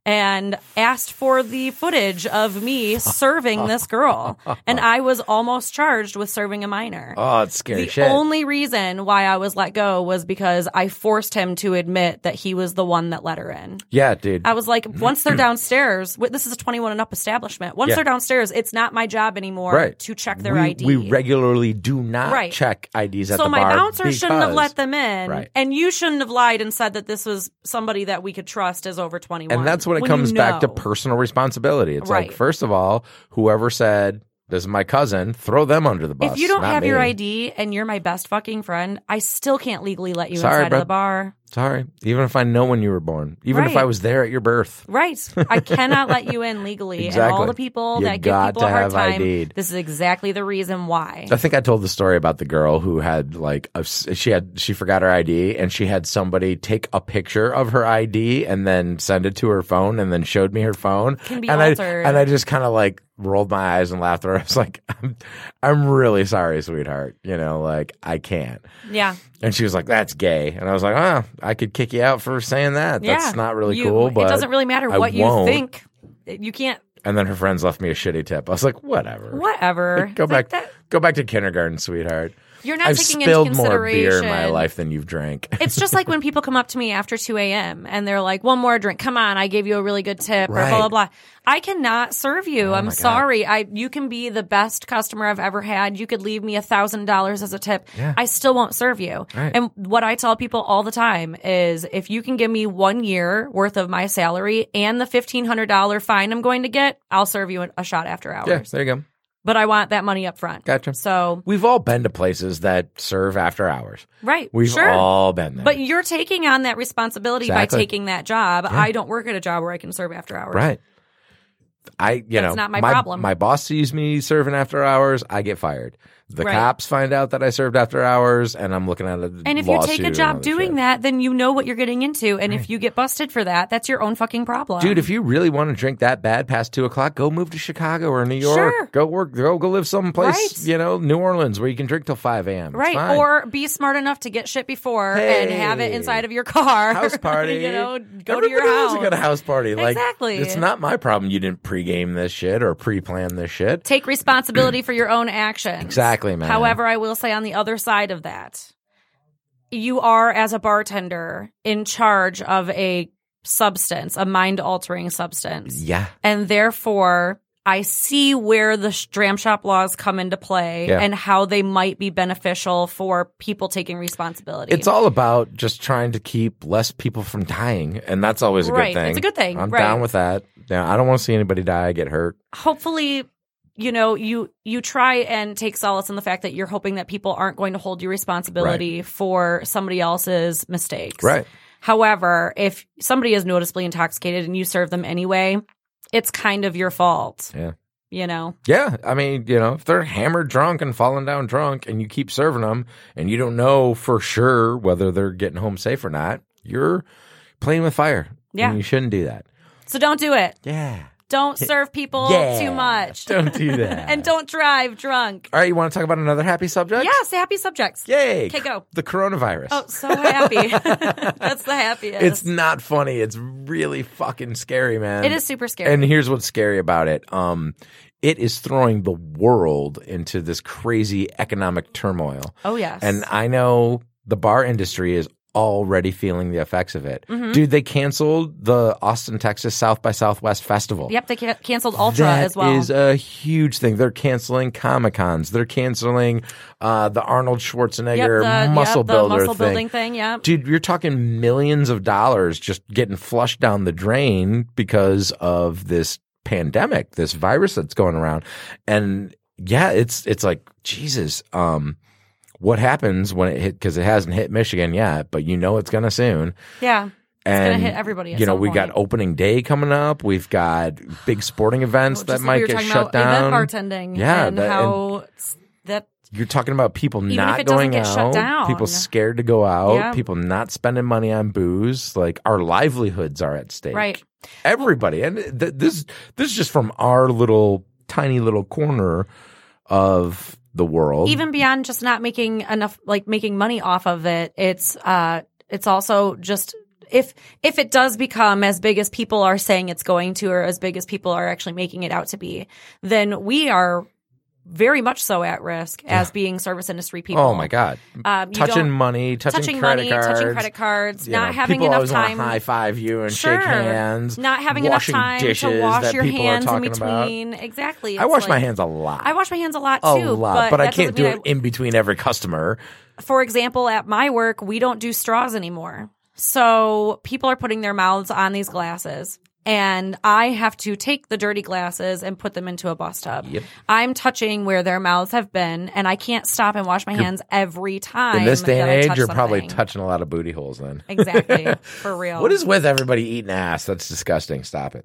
Speaker 3: and asked for the footage of me serving this girl. And I was almost charged with serving a minor.
Speaker 2: oh, it's scary
Speaker 3: the
Speaker 2: shit.
Speaker 3: only reason why I was let go was because I forced him to admit that he was the one that let her in.
Speaker 2: yeah, dude.
Speaker 3: I was like, once they're downstairs, wi- this is a 21 and up establishment. Once
Speaker 2: Mm. Yeah.
Speaker 3: they're downstairs, it's not my job anymore
Speaker 2: Right.
Speaker 3: to check their
Speaker 2: we,
Speaker 3: ID.
Speaker 2: we regularly do not
Speaker 3: Right.
Speaker 2: check IDs at
Speaker 3: so
Speaker 2: the
Speaker 3: my
Speaker 2: bar.
Speaker 3: bouncer shouldn't have
Speaker 2: because-
Speaker 3: let them in,
Speaker 2: Right.
Speaker 3: and you shouldn't have lied and said that this was somebody that we could trust as over twenty one.
Speaker 2: And that's when it comes back to personal responsibility. It's
Speaker 3: Right.
Speaker 2: like, first of all, whoever said, this is my cousin, throw them under the bus.
Speaker 3: If you don't
Speaker 2: not
Speaker 3: have your
Speaker 2: me.
Speaker 3: ID and you're my best fucking friend, I still can't legally let you
Speaker 2: Sorry,
Speaker 3: inside
Speaker 2: bro.
Speaker 3: of the bar.
Speaker 2: Sorry. Even if I know when you were born, even if
Speaker 3: Right.
Speaker 2: I was there at your birth.
Speaker 3: Right. I cannot let you in legally. And all
Speaker 2: Exactly.
Speaker 3: the people
Speaker 2: You
Speaker 3: that give
Speaker 2: got
Speaker 3: people
Speaker 2: to
Speaker 3: a hard
Speaker 2: have
Speaker 3: time,
Speaker 2: ID'd.
Speaker 3: this is exactly the reason why.
Speaker 2: I think I told the story about the girl who had like a, she had she forgot her ID and she had somebody take a picture of her ID and then send it to her phone and then showed me her phone
Speaker 3: Can be
Speaker 2: and
Speaker 3: altered.
Speaker 2: I and I just kind of like rolled my eyes and laughed at her. I was like, I'm, I'm really sorry, sweetheart. You know, like I can't.
Speaker 3: Yeah.
Speaker 2: And she was like, "That's gay," and I was like, "Ah, I could kick you out for saying that.
Speaker 3: yeah.
Speaker 2: That's not really
Speaker 3: You-
Speaker 2: cool." But
Speaker 3: it doesn't really matter
Speaker 2: I
Speaker 3: what you
Speaker 2: won't.
Speaker 3: think. You can't
Speaker 2: And then her friends left me a shitty tip. I was like, "Whatever,
Speaker 3: whatever.
Speaker 2: Go
Speaker 3: It's like
Speaker 2: back,
Speaker 3: that-
Speaker 2: go back to kindergarten, sweetheart."
Speaker 3: you're not
Speaker 2: I've
Speaker 3: taking
Speaker 2: spilled
Speaker 3: into
Speaker 2: more
Speaker 3: consideration
Speaker 2: beer in my life than you've drank.
Speaker 3: it's just like when people come up to me after 2 a.m. and they're like, one more drink. Come on. I gave you a really good tip or blah,
Speaker 2: Right. Oh
Speaker 3: blah, blah. I cannot serve you. I'm sorry. I, you can be the best customer I've ever had. You could leave me a thousand dollars as a tip.
Speaker 2: Yeah.
Speaker 3: I still won't serve you.
Speaker 2: Right.
Speaker 3: And what I tell people all the time is if you can give me one year worth of my salary and the $1,500 fine I'm going to get, I'll serve you a shot after hours.
Speaker 2: yeah, there you go.
Speaker 3: But I want that money up front.
Speaker 2: Gotcha.
Speaker 3: So,
Speaker 2: We've all been to places that serve after hours.
Speaker 3: right.
Speaker 2: We've
Speaker 3: sure.
Speaker 2: all been there.
Speaker 3: But you're taking on that responsibility by
Speaker 2: Exactly.
Speaker 3: taking that job. I don't work at a job where I can serve after hours.
Speaker 2: right. I, you know,
Speaker 3: That's not my problem.
Speaker 2: My boss sees me serving after hours. I get fired. The
Speaker 3: Right.
Speaker 2: cops find out that I served after hours, and I'm looking at a
Speaker 3: And if you take a job doing that, then you know what you're getting into. And if you get busted for that, that's your own fucking problem.
Speaker 2: Dude, if you really want to drink that bad past two o'clock, go move to Chicago or New York.
Speaker 3: Sure.
Speaker 2: Go work. Go go live someplace.
Speaker 3: Right.
Speaker 2: You know, New Orleans where you can drink till five a.m. It's
Speaker 3: Right.
Speaker 2: fine.
Speaker 3: Or be smart enough to get shit before and have it
Speaker 2: Hey.
Speaker 3: inside of your car.
Speaker 2: house party.
Speaker 3: you know, go
Speaker 2: Everybody
Speaker 3: to your
Speaker 2: else
Speaker 3: house.
Speaker 2: has got a house party. Like,
Speaker 3: Exactly.
Speaker 2: It's not my problem. You didn't pregame this shit or pre-plan this shit.
Speaker 3: Take responsibility for your own actions.
Speaker 2: Exactly, man.
Speaker 3: However, I will say on the other side of that, you are, as a bartender, in charge of a substance, a mind altering substance.
Speaker 2: yeah.
Speaker 3: and therefore I see where the sh- dram shop laws come into play
Speaker 2: Yeah.
Speaker 3: and how they might be beneficial for people taking responsibility.
Speaker 2: It's all about just trying to keep less people from dying, and that's always a
Speaker 3: Right.
Speaker 2: good thing.
Speaker 3: It's a good thing,
Speaker 2: I'm
Speaker 3: right.
Speaker 2: down with that. Now, I don't want to see anybody die, get hurt.
Speaker 3: hopefully you know you you try and take solace in the fact that you're hoping that people aren't going to hold you responsibility for somebody else's mistakes.
Speaker 2: Right.
Speaker 3: However, if somebody is noticeably intoxicated and you serve them anyway, it's kind of your fault.
Speaker 2: Yeah.
Speaker 3: You know.
Speaker 2: Yeah, I mean, you know, if they're hammered drunk and falling down drunk, and you keep serving them, and you don't know for sure whether they're getting home safe or not, you're playing with fire.
Speaker 3: Yeah.
Speaker 2: and you shouldn't do that.
Speaker 3: So don't do it.
Speaker 2: Yeah.
Speaker 3: Don't serve people
Speaker 2: Yeah.
Speaker 3: too much.
Speaker 2: Don't do that.
Speaker 3: and don't drive drunk.
Speaker 2: All right, you want to talk about another happy subject?
Speaker 3: Yes, happy subjects.
Speaker 2: Yay.
Speaker 3: Okay, go.
Speaker 2: The coronavirus.
Speaker 3: Oh, so happy. That's the happiest.
Speaker 2: It's not funny. It's really fucking scary, man.
Speaker 3: It is super scary.
Speaker 2: And here's what's scary about it. Um it is throwing the world into this crazy economic turmoil.
Speaker 3: oh yes.
Speaker 2: And I know the bar industry is already feeling the effects of it.
Speaker 3: Mhm.
Speaker 2: Dude, they canceled the Austin, Texas South by Southwest Festival.
Speaker 3: yep, they ca- canceled Ultra
Speaker 2: That
Speaker 3: as well.
Speaker 2: is a huge thing. They're canceling Comic Cons. They're canceling uh, the Arnold
Speaker 3: yep,
Speaker 2: Schwarzenegger
Speaker 3: the, yep,
Speaker 2: muscle
Speaker 3: the
Speaker 2: builder
Speaker 3: muscle
Speaker 2: thing.
Speaker 3: building thing. Yeah.
Speaker 2: Dude, you're talking millions of dollars just getting flushed down the drain because of this pandemic, this virus that's going around. And yeah, it's it's like Jesus. Um, what happens when it hit? Because it hasn't hit Michigan yet, but you know it's gonna soon.
Speaker 3: Yeah.
Speaker 2: And
Speaker 3: gonna hit everybody at
Speaker 2: you know,
Speaker 3: some
Speaker 2: we got
Speaker 3: point.
Speaker 2: opening day coming up. We've got big sporting events
Speaker 3: Just
Speaker 2: that
Speaker 3: like
Speaker 2: might
Speaker 3: Oh, we were
Speaker 2: get
Speaker 3: talking
Speaker 2: shut
Speaker 3: about
Speaker 2: down.
Speaker 3: Event bartending.
Speaker 2: Yeah,
Speaker 3: And
Speaker 2: that-
Speaker 3: how it's- that
Speaker 2: You're talking about people
Speaker 3: if
Speaker 2: not
Speaker 3: it doesn't
Speaker 2: going
Speaker 3: get
Speaker 2: out,
Speaker 3: shut down.
Speaker 2: people scared to go out,
Speaker 3: Yeah.
Speaker 2: people not spending money on booze. Like our livelihoods are at stake.
Speaker 3: Right.
Speaker 2: Everybody, and th- this this is just from our little tiny little corner of the world.
Speaker 3: even beyond just not making enough like making money off of it it's uh it's also just if if it does become as big as people are saying it's going to or as big as people are actually making it out to be then we are very much so at risk as being service industry people
Speaker 2: oh my god,
Speaker 3: um, you
Speaker 2: touching
Speaker 3: don't-
Speaker 2: money, touching,
Speaker 3: touching
Speaker 2: credit
Speaker 3: money
Speaker 2: cards,
Speaker 3: touching credit cards
Speaker 2: you
Speaker 3: not
Speaker 2: know,
Speaker 3: having
Speaker 2: people
Speaker 3: enough
Speaker 2: always wanna
Speaker 3: time
Speaker 2: high five you and
Speaker 3: Sure.
Speaker 2: shake hands.
Speaker 3: not having enough
Speaker 2: washing
Speaker 3: time
Speaker 2: dishes
Speaker 3: to wash
Speaker 2: that
Speaker 3: your
Speaker 2: people are
Speaker 3: hands in
Speaker 2: talking about.
Speaker 3: between exactly
Speaker 2: I
Speaker 3: It's
Speaker 2: wash my
Speaker 3: like-
Speaker 2: hands a lot.
Speaker 3: I wash my hands a lot
Speaker 2: a
Speaker 3: too,
Speaker 2: lot, but, I
Speaker 3: that doesn't
Speaker 2: can't do
Speaker 3: mean
Speaker 2: it
Speaker 3: I-
Speaker 2: in between every customer.
Speaker 3: for example, at my work, we don't do straws anymore. So people are putting their mouths on these glasses. And I have to take the dirty glasses and put them into a bus tub.
Speaker 2: Yep.
Speaker 3: I'm touching where their mouths have been, and I can't stop and wash my hands every time.
Speaker 2: In this day
Speaker 3: that
Speaker 2: and
Speaker 3: I
Speaker 2: age,
Speaker 3: touch
Speaker 2: you're probably
Speaker 3: something.
Speaker 2: touching a lot of booty holes then.
Speaker 3: exactly for real.
Speaker 2: What is with everybody eating ass? That's disgusting. Stop it.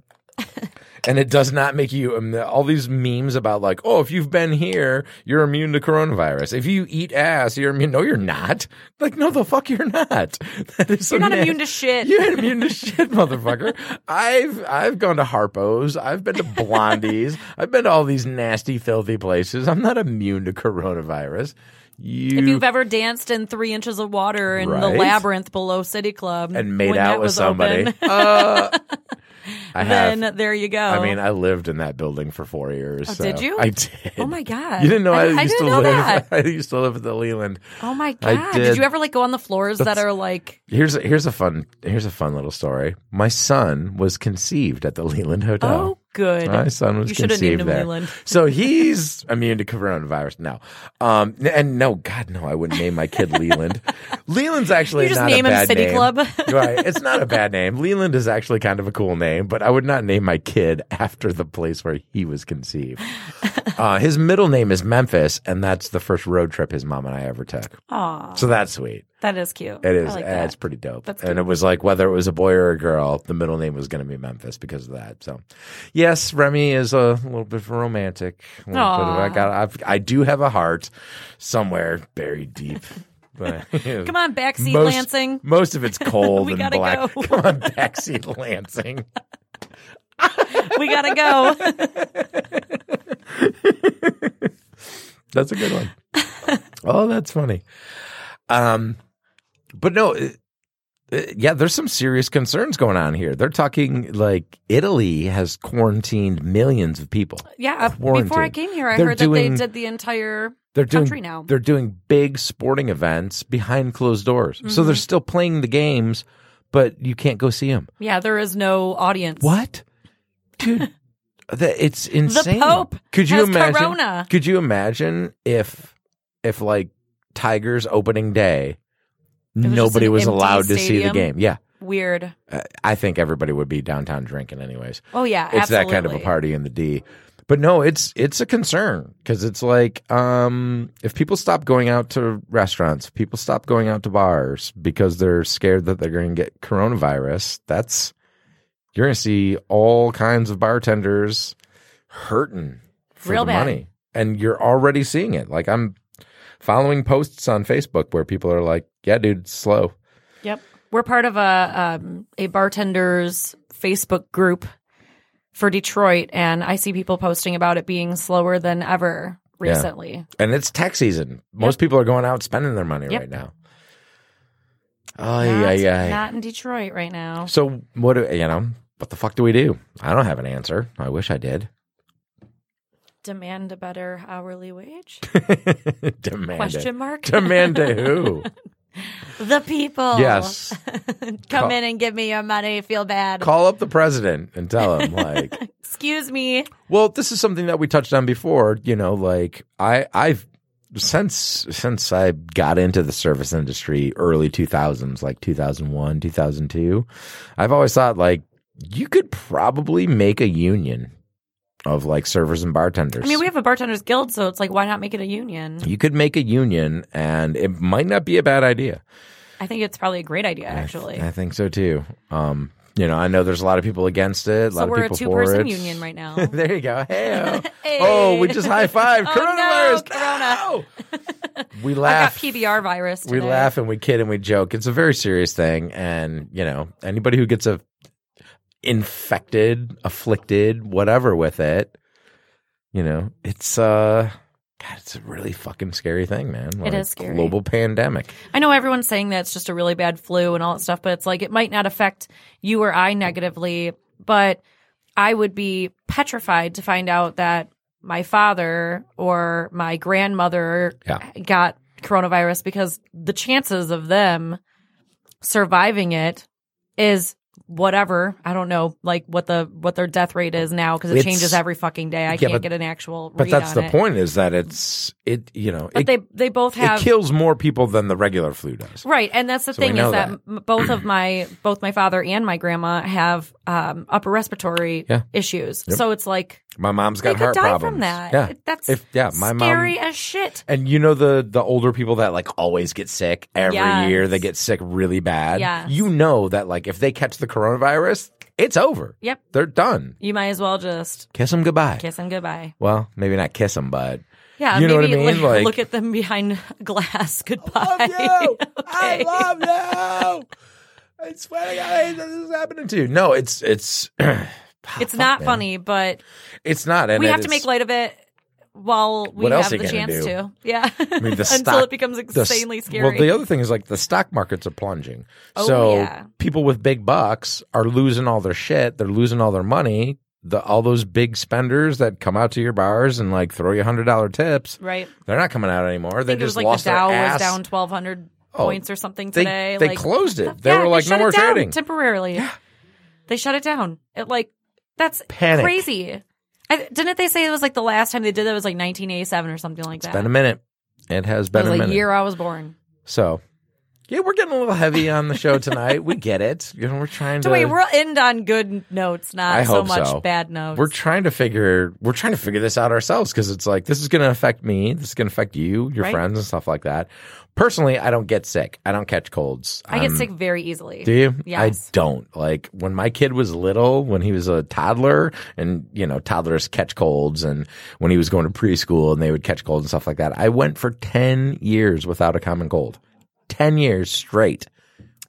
Speaker 2: and it does not make you um, all these memes about like, oh, if you've been here, you're immune to coronavirus. If you eat ass, you're immune. No, you're not. Like, no, the fuck, you're not. That is
Speaker 3: You're
Speaker 2: a
Speaker 3: not
Speaker 2: nas-
Speaker 3: immune to shit.
Speaker 2: You're immune to shit, motherfucker. I've I've gone to Harpo's. I've been to Blondie's. I've been to all these nasty, filthy places. I'm not immune to coronavirus. You
Speaker 3: if you've ever danced in three inches of water in the
Speaker 2: Right.
Speaker 3: labyrinth below City Club
Speaker 2: and made
Speaker 3: when
Speaker 2: out
Speaker 3: that
Speaker 2: with
Speaker 3: was
Speaker 2: somebody.
Speaker 3: open,
Speaker 2: Uh, I have.
Speaker 3: then there you go.
Speaker 2: I mean, I lived in that building for four years. so
Speaker 3: did you?
Speaker 2: I did.
Speaker 3: oh my god!
Speaker 2: You didn't know I, used
Speaker 3: didn't
Speaker 2: to
Speaker 3: know
Speaker 2: live.
Speaker 3: that.
Speaker 2: I used to live at the Leland.
Speaker 3: Oh my
Speaker 2: I
Speaker 3: god!
Speaker 2: did.
Speaker 3: Did. you ever like go on the floors that are like?
Speaker 2: Here's a, here's a fun here's a fun little story. My son was conceived at the Leland Hotel.
Speaker 3: Oh, good.
Speaker 2: My son was
Speaker 3: You should have named
Speaker 2: conceived
Speaker 3: him
Speaker 2: there.
Speaker 3: Leland.
Speaker 2: So he's immune to coronavirus now. Um, and no, God, no, I wouldn't name my kid Leland. Leland's actually
Speaker 3: You just
Speaker 2: not
Speaker 3: name
Speaker 2: a
Speaker 3: him
Speaker 2: bad
Speaker 3: City
Speaker 2: name.
Speaker 3: Club.
Speaker 2: right. It's not a bad name. Leland is actually kind of a cool name, but I would not name my kid after the place where he was conceived. Uh, his middle name is Memphis, and that's the first road trip his mom and I ever took.
Speaker 3: Aw.
Speaker 2: So that's sweet.
Speaker 3: That is cute.
Speaker 2: It is.
Speaker 3: I like
Speaker 2: eh,
Speaker 3: that.
Speaker 2: it's pretty dope.
Speaker 3: That's
Speaker 2: and
Speaker 3: cute.
Speaker 2: it was like whether it was a boy or a girl, the middle name was going to be Memphis because of that. So, yes, Remy is a little bit of a romantic. A little bit of- I
Speaker 3: Aw.
Speaker 2: got. I've, I do have a heart somewhere buried deep. But,
Speaker 3: Come on, backseat
Speaker 2: Most-
Speaker 3: Lansing.
Speaker 2: Most of it's cold
Speaker 3: We
Speaker 2: and
Speaker 3: gotta
Speaker 2: black.
Speaker 3: go.
Speaker 2: Come on, backseat Lansing.
Speaker 3: We gotta go.
Speaker 2: That's a good one. oh, that's funny. Um, but no, it- it- yeah, there's some serious concerns going on here. They're talking like Italy has quarantined millions of people.
Speaker 3: yeah. Before I
Speaker 2: Quarantine.
Speaker 3: came here, I
Speaker 2: They're
Speaker 3: heard
Speaker 2: doing-
Speaker 3: that they did the entire.
Speaker 2: They're doing
Speaker 3: Country now.
Speaker 2: they're doing big sporting events behind closed doors.
Speaker 3: Mm-hmm.
Speaker 2: So they're still playing the games, but you can't go see them.
Speaker 3: Yeah, there is no audience.
Speaker 2: What, dude? that it's insane.
Speaker 3: Pope
Speaker 2: could you
Speaker 3: has
Speaker 2: imagine?
Speaker 3: corona.
Speaker 2: Could you imagine if if like Tigers opening day,
Speaker 3: was just
Speaker 2: nobody
Speaker 3: an
Speaker 2: was
Speaker 3: empty
Speaker 2: allowed to see the
Speaker 3: stadium?
Speaker 2: game? Yeah,
Speaker 3: Weird.
Speaker 2: Uh, I think everybody would be downtown drinking anyways.
Speaker 3: Oh yeah,
Speaker 2: It's that kind of a
Speaker 3: absolutely.
Speaker 2: party in the D. But no, it's it's a concern because it's like um, if people stop going out to restaurants, if people stop going out to bars because they're scared that they're going to get coronavirus. That's you're going to see all kinds of bartenders hurting for
Speaker 3: Real
Speaker 2: the
Speaker 3: bad.
Speaker 2: money, and you're already seeing it. Like I'm following posts on Facebook where people are like, "Yeah, dude, it's slow."
Speaker 3: Yep. We're part of a um, a bartenders Facebook group for Detroit, and I see people posting about it being slower than ever recently.
Speaker 2: And it's tax season. Most people are going out spending their money
Speaker 3: Yep.
Speaker 2: right now. Oh
Speaker 3: not,
Speaker 2: yeah, yeah.
Speaker 3: not in Detroit right now.
Speaker 2: So what do you know? What the fuck do we do? I don't have an answer. I wish I did.
Speaker 3: Demand a better hourly wage?
Speaker 2: Demand it.
Speaker 3: Question mark.
Speaker 2: Demand to who?
Speaker 3: the people.
Speaker 2: Yes.
Speaker 3: Come
Speaker 2: Call-
Speaker 3: in and give me your money. Feel bad.
Speaker 2: Call up the president and tell him like
Speaker 3: Excuse me.
Speaker 2: Well, this is something that we touched on before. You know, like I, I've since since I got into the service industry early two thousands, like two thousand one, two thousand two. I've always thought like you could probably make a union of like servers and bartenders.
Speaker 3: I mean, we have a bartenders guild, so it's like, why not make it a union?
Speaker 2: you could make a union, and it might not be a bad idea.
Speaker 3: I think it's probably a great idea,
Speaker 2: I th-
Speaker 3: actually.
Speaker 2: I, think so too. Um, you know, I know there's a lot of people against it. A lot
Speaker 3: so we're
Speaker 2: of
Speaker 3: a
Speaker 2: people
Speaker 3: two
Speaker 2: for
Speaker 3: person
Speaker 2: it.
Speaker 3: union right now.
Speaker 2: there you go. Hey.
Speaker 3: Hey.
Speaker 2: Oh, we just high fived.
Speaker 3: Oh,
Speaker 2: Coronavirus.
Speaker 3: no, corona.
Speaker 2: No! We
Speaker 3: I got
Speaker 2: laugh.
Speaker 3: PBR virus.
Speaker 2: we
Speaker 3: Today.
Speaker 2: laugh and we kid and we joke. It's a very serious thing, and you know anybody who gets a infected, afflicted, whatever with it, you know, it's uh, God, it's a really fucking scary thing, man. Like,
Speaker 3: is scary.
Speaker 2: Global pandemic.
Speaker 3: I know everyone's saying that it's just a really bad flu and all that stuff, but it's like it might not affect you or I negatively, but I would be petrified to find out that my father or my grandmother
Speaker 2: Yeah.
Speaker 3: got coronavirus because the chances of them surviving it is whatever i don't know like what the what their death rate is now because it
Speaker 2: It's-
Speaker 3: changes every fucking day i can't
Speaker 2: but-
Speaker 3: get an actual
Speaker 2: But
Speaker 3: read
Speaker 2: that's
Speaker 3: on
Speaker 2: the
Speaker 3: it.
Speaker 2: point: is that it's it. You know,
Speaker 3: but
Speaker 2: it,
Speaker 3: they they both have
Speaker 2: it kills more people than the regular flu does.
Speaker 3: Right, and that's the
Speaker 2: we
Speaker 3: thing
Speaker 2: know
Speaker 3: is that,
Speaker 2: that.
Speaker 3: m both of my both my father and my grandma have um, upper respiratory
Speaker 2: Yeah.
Speaker 3: issues. So it's like
Speaker 2: My mom's
Speaker 3: they
Speaker 2: got
Speaker 3: could
Speaker 2: heart
Speaker 3: die
Speaker 2: problems.
Speaker 3: from that.
Speaker 2: Yeah,
Speaker 3: That's
Speaker 2: If- yeah, my mom-
Speaker 3: scary as shit.
Speaker 2: And you know the the older people that like always get sick every
Speaker 3: Yes.
Speaker 2: year, they get sick really bad.
Speaker 3: Yes.
Speaker 2: You know that like if they catch the coronavirus, it's over.
Speaker 3: Yep.
Speaker 2: They're done.
Speaker 3: You might as well just
Speaker 2: Kiss them goodbye.
Speaker 3: kiss and goodbye.
Speaker 2: Well, maybe not kiss them, but
Speaker 3: Yeah,
Speaker 2: You know what I
Speaker 3: maybe
Speaker 2: mean?
Speaker 3: Like,
Speaker 2: Like-
Speaker 3: look at them behind glass. Goodbye. Okay.
Speaker 2: love you. I swear to God, I hate that this is happening to you. No, it's it's
Speaker 3: It's
Speaker 2: fuck,
Speaker 3: not
Speaker 2: man.
Speaker 3: funny, but
Speaker 2: It's not. And
Speaker 3: we
Speaker 2: it
Speaker 3: have to
Speaker 2: is-
Speaker 3: make light of it while we
Speaker 2: What else
Speaker 3: have
Speaker 2: are you
Speaker 3: the
Speaker 2: gonna
Speaker 3: chance
Speaker 2: do?
Speaker 3: to. Yeah,
Speaker 2: mean, the
Speaker 3: until
Speaker 2: stock-
Speaker 3: it becomes
Speaker 2: the s-
Speaker 3: insanely scary.
Speaker 2: Well, the other thing is like the stock markets are plunging.
Speaker 3: Oh,
Speaker 2: so
Speaker 3: yeah.
Speaker 2: people with big bucks are losing all their shit. They're losing all their money. The all those big spenders that come out to your bars and like throw you hundred dollar tips,
Speaker 3: right.
Speaker 2: they're not coming out anymore.
Speaker 3: I
Speaker 2: They
Speaker 3: think it was
Speaker 2: just
Speaker 3: like
Speaker 2: lost
Speaker 3: the Dow
Speaker 2: their ass.
Speaker 3: was down 1,200
Speaker 2: Oh,
Speaker 3: points or something
Speaker 2: they
Speaker 3: today.
Speaker 2: they
Speaker 3: like,
Speaker 2: closed it. They
Speaker 3: yeah,
Speaker 2: were like,
Speaker 3: shut
Speaker 2: no
Speaker 3: it
Speaker 2: more
Speaker 3: down
Speaker 2: trading.
Speaker 3: temporarily. They shut it down. It like that's
Speaker 2: Panic.
Speaker 3: crazy. I, didn't they say it was like the last time they did that was like 1987 or something like that?
Speaker 2: Been a minute. It has
Speaker 3: it
Speaker 2: been
Speaker 3: was
Speaker 2: a
Speaker 3: like
Speaker 2: minute.
Speaker 3: year I was born.
Speaker 2: So Yeah, we're getting a little heavy on the show tonight. we get it. You know, we're trying
Speaker 3: So
Speaker 2: to
Speaker 3: wait, we'll end on good notes, not
Speaker 2: I
Speaker 3: so
Speaker 2: hope
Speaker 3: much
Speaker 2: so.
Speaker 3: bad notes.
Speaker 2: we're trying to figure we're trying to figure this out ourselves because it's like this is going to affect me this is going to affect you your
Speaker 3: Right.
Speaker 2: friends and stuff like that personally i don't get sick i don't catch colds
Speaker 3: I get
Speaker 2: I'm-
Speaker 3: sick very easily.
Speaker 2: do you
Speaker 3: Yes.
Speaker 2: i don't like when my kid was little when he was a toddler and you know toddlers catch colds and when he was going to preschool and they would catch colds and stuff like that i went for 10 years without a common cold 10 years straight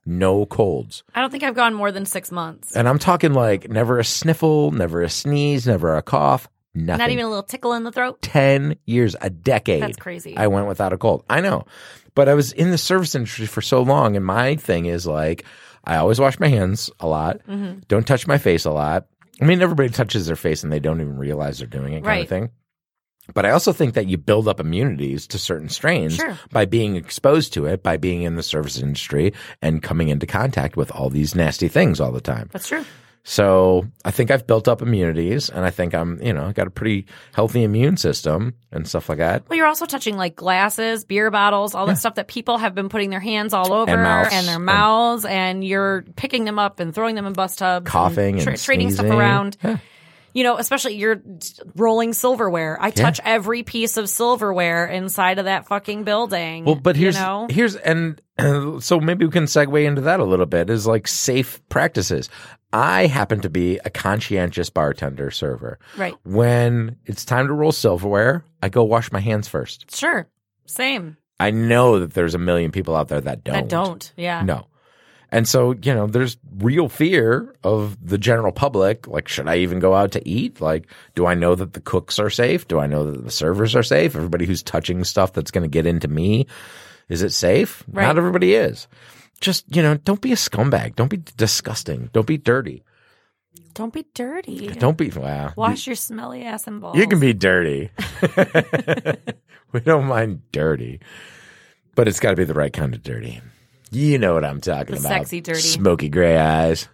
Speaker 2: no colds
Speaker 3: I don't think I've gone more than six months.
Speaker 2: and I'm talking like never a sniffle, never a sneeze, never a cough, nothing.
Speaker 3: Not even a little tickle in the throat.
Speaker 2: 10 years, a decade.
Speaker 3: That's crazy.
Speaker 2: I went without a cold. I know. But I was in the service industry for so long. And my thing is like, I always wash my hands a lot,
Speaker 3: Mm-hmm.
Speaker 2: don't touch my face a lot. I mean, everybody touches their face and they don't even realize they're doing it, kind
Speaker 3: Right.
Speaker 2: of thing. But I also think that you build up immunities to certain strains
Speaker 3: Sure.
Speaker 2: by being exposed to it, by being in the service industry and coming into contact with all these nasty things all the time.
Speaker 3: That's true.
Speaker 2: So I think I've built up immunities and I think I'm, you know, I got a pretty healthy immune system and stuff like that.
Speaker 3: Well, you're also touching like glasses, beer bottles, all that stuff that people have been putting their hands all over
Speaker 2: And mouths.
Speaker 3: and their
Speaker 2: And-
Speaker 3: mouths, and, you're picking them up and throwing them in bus tubs,
Speaker 2: Coughing and
Speaker 3: trading stuff
Speaker 2: sneezing.
Speaker 3: around. You know, especially you're t- rolling silverware. I touch every piece of silverware inside of that fucking building.
Speaker 2: Well, but here's
Speaker 3: you know?
Speaker 2: here's and so maybe we can segue into that a little bit is like safe practices. I happen to be a conscientious bartender server.
Speaker 3: Right.
Speaker 2: When it's time to roll silverware, I go wash my hands first.
Speaker 3: sure, same.
Speaker 2: I know that there's a million people out there that don't.
Speaker 3: That don't, yeah.
Speaker 2: No. And so, you know, there's real fear of the general public. Like, should I even go out to eat? Like, do I know that the cooks are safe? Do I know that the servers are safe? Everybody who's touching stuff that's going to get into me, is it safe?
Speaker 3: Right.
Speaker 2: Not everybody is. Just, you know, don't be a scumbag. Don't be disgusting. Don't be dirty.
Speaker 3: Don't be dirty.
Speaker 2: Don't be, wow.
Speaker 3: Wash your smelly ass and balls.
Speaker 2: You can be dirty. we don't mind dirty, but it's got to be the right kind of dirty. You know what I'm talking
Speaker 3: The
Speaker 2: about.
Speaker 3: sexy dirty.
Speaker 2: Smoky gray eyes.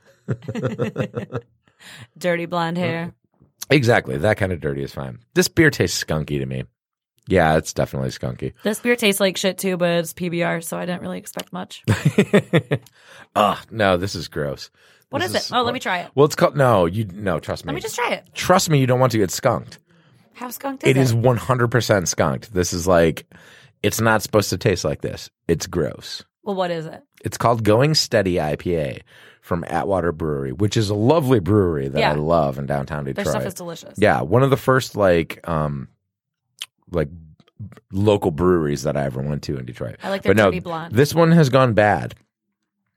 Speaker 3: dirty blonde hair.
Speaker 2: Uh. Exactly. That kind of dirty is fine. This beer tastes skunky to me. Yeah, it's definitely skunky.
Speaker 3: This beer tastes like shit too, but it's PBR, so I didn't really expect much.
Speaker 2: Ugh, no, this is gross.
Speaker 3: What
Speaker 2: This
Speaker 3: is it? Oh, let me try it.
Speaker 2: Well, it's called no. You no, trust me.
Speaker 3: Let me just try it.
Speaker 2: trust me. You don't want to get skunked.
Speaker 3: How skunked is
Speaker 2: It
Speaker 3: it?
Speaker 2: is 100% skunked. This is like, it's not supposed to taste like this. It's gross.
Speaker 3: Well, what is it?
Speaker 2: It's called Going Steady IPA from Atwater Brewery, which is a lovely brewery that
Speaker 3: Yeah.
Speaker 2: I love in downtown
Speaker 3: Their
Speaker 2: Detroit.
Speaker 3: stuff is delicious.
Speaker 2: yeah, one of the first like um like b- local breweries that I ever went to in Detroit.
Speaker 3: I like their
Speaker 2: But no,
Speaker 3: dirty blonde.
Speaker 2: This one has gone bad.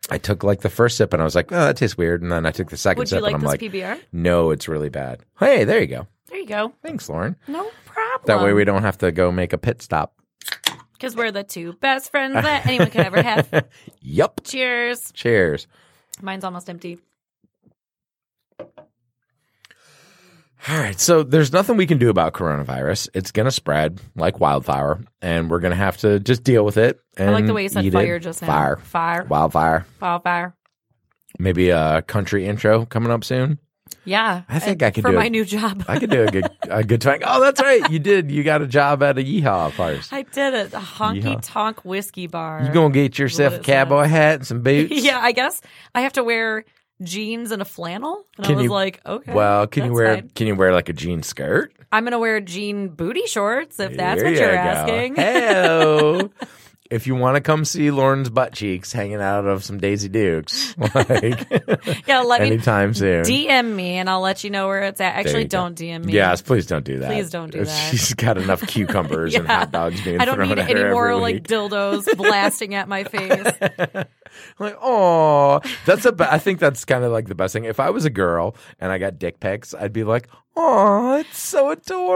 Speaker 2: I took like the first sip and I was like, "Oh, that tastes weird." And then I took the second
Speaker 3: Would
Speaker 2: sip
Speaker 3: you like
Speaker 2: and I'm like,
Speaker 3: this PBR?
Speaker 2: "No, it's really bad." Hey, there you go.
Speaker 3: There you go.
Speaker 2: Thanks, Lauren.
Speaker 3: No problem.
Speaker 2: That way we don't have to go make a pit stop.
Speaker 3: Because we're the two best friends that anyone could ever have.
Speaker 2: Yup.
Speaker 3: Cheers.
Speaker 2: Cheers.
Speaker 3: Mine's almost empty.
Speaker 2: All right. So there's nothing we can do about coronavirus. It's going to spread like wildfire, and we're going to have to just deal with it. And
Speaker 3: I like the way you
Speaker 2: eat
Speaker 3: said
Speaker 2: it.
Speaker 3: fire just now.
Speaker 2: Fire.
Speaker 3: Fire.
Speaker 2: Wildfire.
Speaker 3: Wildfire.
Speaker 2: Maybe a country intro coming up soon.
Speaker 3: Yeah.
Speaker 2: I think
Speaker 3: uh,
Speaker 2: I could
Speaker 3: For
Speaker 2: do
Speaker 3: my
Speaker 2: it.
Speaker 3: new job.
Speaker 2: I could do a good a good twang. Oh, that's right. You did. You got a job at a Yeehaw first.
Speaker 3: I did it. A honky
Speaker 2: Yeehaw.
Speaker 3: tonk whiskey bar.
Speaker 2: You gonna get yourself a
Speaker 3: What is
Speaker 2: cowboy hat and some boots?
Speaker 3: yeah, I guess I have to wear jeans and a flannel. And
Speaker 2: Can
Speaker 3: I was
Speaker 2: you-
Speaker 3: like, okay.
Speaker 2: Well, can you
Speaker 3: that's
Speaker 2: wear
Speaker 3: fine.
Speaker 2: can you wear like a jean skirt?
Speaker 3: I'm gonna wear jean booty shorts if that's
Speaker 2: There
Speaker 3: what you're
Speaker 2: you go.
Speaker 3: asking.
Speaker 2: Heyo. if you want to come see Lauren's butt cheeks hanging out of some Daisy Dukes, like
Speaker 3: yeah, let me
Speaker 2: anytime soon.
Speaker 3: DM me and I'll let you know where it's at. Actually,
Speaker 2: you go.
Speaker 3: don't DM me.
Speaker 2: Yes, please don't do that.
Speaker 3: Please don't do that.
Speaker 2: She's got enough cucumbers and
Speaker 3: Yeah.
Speaker 2: hot dogs being
Speaker 3: I don't
Speaker 2: thrown
Speaker 3: need
Speaker 2: at
Speaker 3: any
Speaker 2: her
Speaker 3: more
Speaker 2: every
Speaker 3: like
Speaker 2: week.
Speaker 3: dildos blasting at my face.
Speaker 2: Like, oh, that's a. Ba- I think that's kind of like the best thing. If I was a girl and I got dick pics, I'd be like, oh, it's so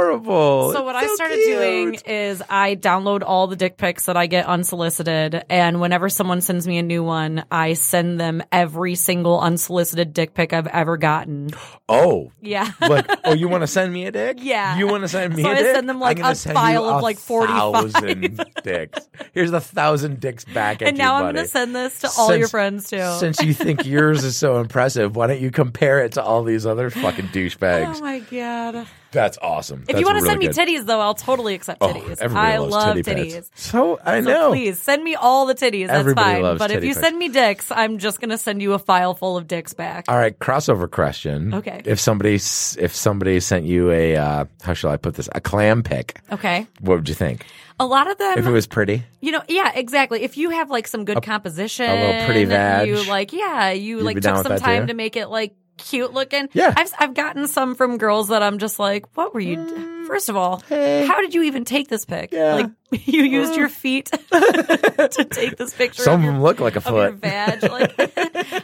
Speaker 2: adorable.
Speaker 3: So what
Speaker 2: It's
Speaker 3: I started
Speaker 2: Oh, cute."
Speaker 3: doing is I download all the dick pics that I get unsolicited, and whenever someone sends me a new one, I send them every single unsolicited dick pic I've ever gotten.
Speaker 2: Oh.
Speaker 3: Yeah.
Speaker 2: Like, oh, you want to send me a dick?
Speaker 3: Yeah.
Speaker 2: You want to send me
Speaker 3: So
Speaker 2: a
Speaker 3: I
Speaker 2: dick?
Speaker 3: send them, like,
Speaker 2: I'm gonna
Speaker 3: a
Speaker 2: send you
Speaker 3: file of,
Speaker 2: a
Speaker 3: like, 45.
Speaker 2: thousand dicks. Here's a thousand dicks back at
Speaker 3: and now
Speaker 2: you,
Speaker 3: I'm
Speaker 2: buddy.
Speaker 3: gonna send this to all your
Speaker 2: Since-
Speaker 3: friends too.
Speaker 2: Since you think yours is so impressive, why don't you compare it to all these other fucking douchebags?
Speaker 3: Oh my God.
Speaker 2: That's awesome.
Speaker 3: If you want to send me titties, though, I'll totally accept
Speaker 2: Oh,
Speaker 3: titties.
Speaker 2: everybody
Speaker 3: I
Speaker 2: loves
Speaker 3: love
Speaker 2: titty
Speaker 3: titties.
Speaker 2: pads. So I
Speaker 3: So
Speaker 2: know.
Speaker 3: please send me all the titties. That's
Speaker 2: Everybody
Speaker 3: fine.
Speaker 2: loves
Speaker 3: but if
Speaker 2: titty
Speaker 3: you
Speaker 2: pics.
Speaker 3: send me dicks, I'm just gonna send you a file full of dicks back.
Speaker 2: All right, crossover question.
Speaker 3: Okay.
Speaker 2: If somebody s- if somebody sent you a uh, how shall I put this a clam pick,
Speaker 3: Okay.
Speaker 2: what would you think?
Speaker 3: A lot of them,
Speaker 2: If it was pretty,
Speaker 3: you know, yeah, exactly. If you have like some good composition,
Speaker 2: little pretty vag.
Speaker 3: you like, yeah, you
Speaker 2: You'd
Speaker 3: like
Speaker 2: be down
Speaker 3: took
Speaker 2: with
Speaker 3: some
Speaker 2: that,
Speaker 3: time
Speaker 2: too?
Speaker 3: to make it like cute looking.
Speaker 2: Yeah.
Speaker 3: I've I've gotten some from girls that I'm just like, what were you? d First of all,
Speaker 2: Mm, hey.
Speaker 3: how did you even take this pic?
Speaker 2: Yeah. Mm.
Speaker 3: Like you used your feet to take this picture.
Speaker 2: some
Speaker 3: of
Speaker 2: of
Speaker 3: your
Speaker 2: them look like a
Speaker 3: of your
Speaker 2: foot.
Speaker 3: vag. Like,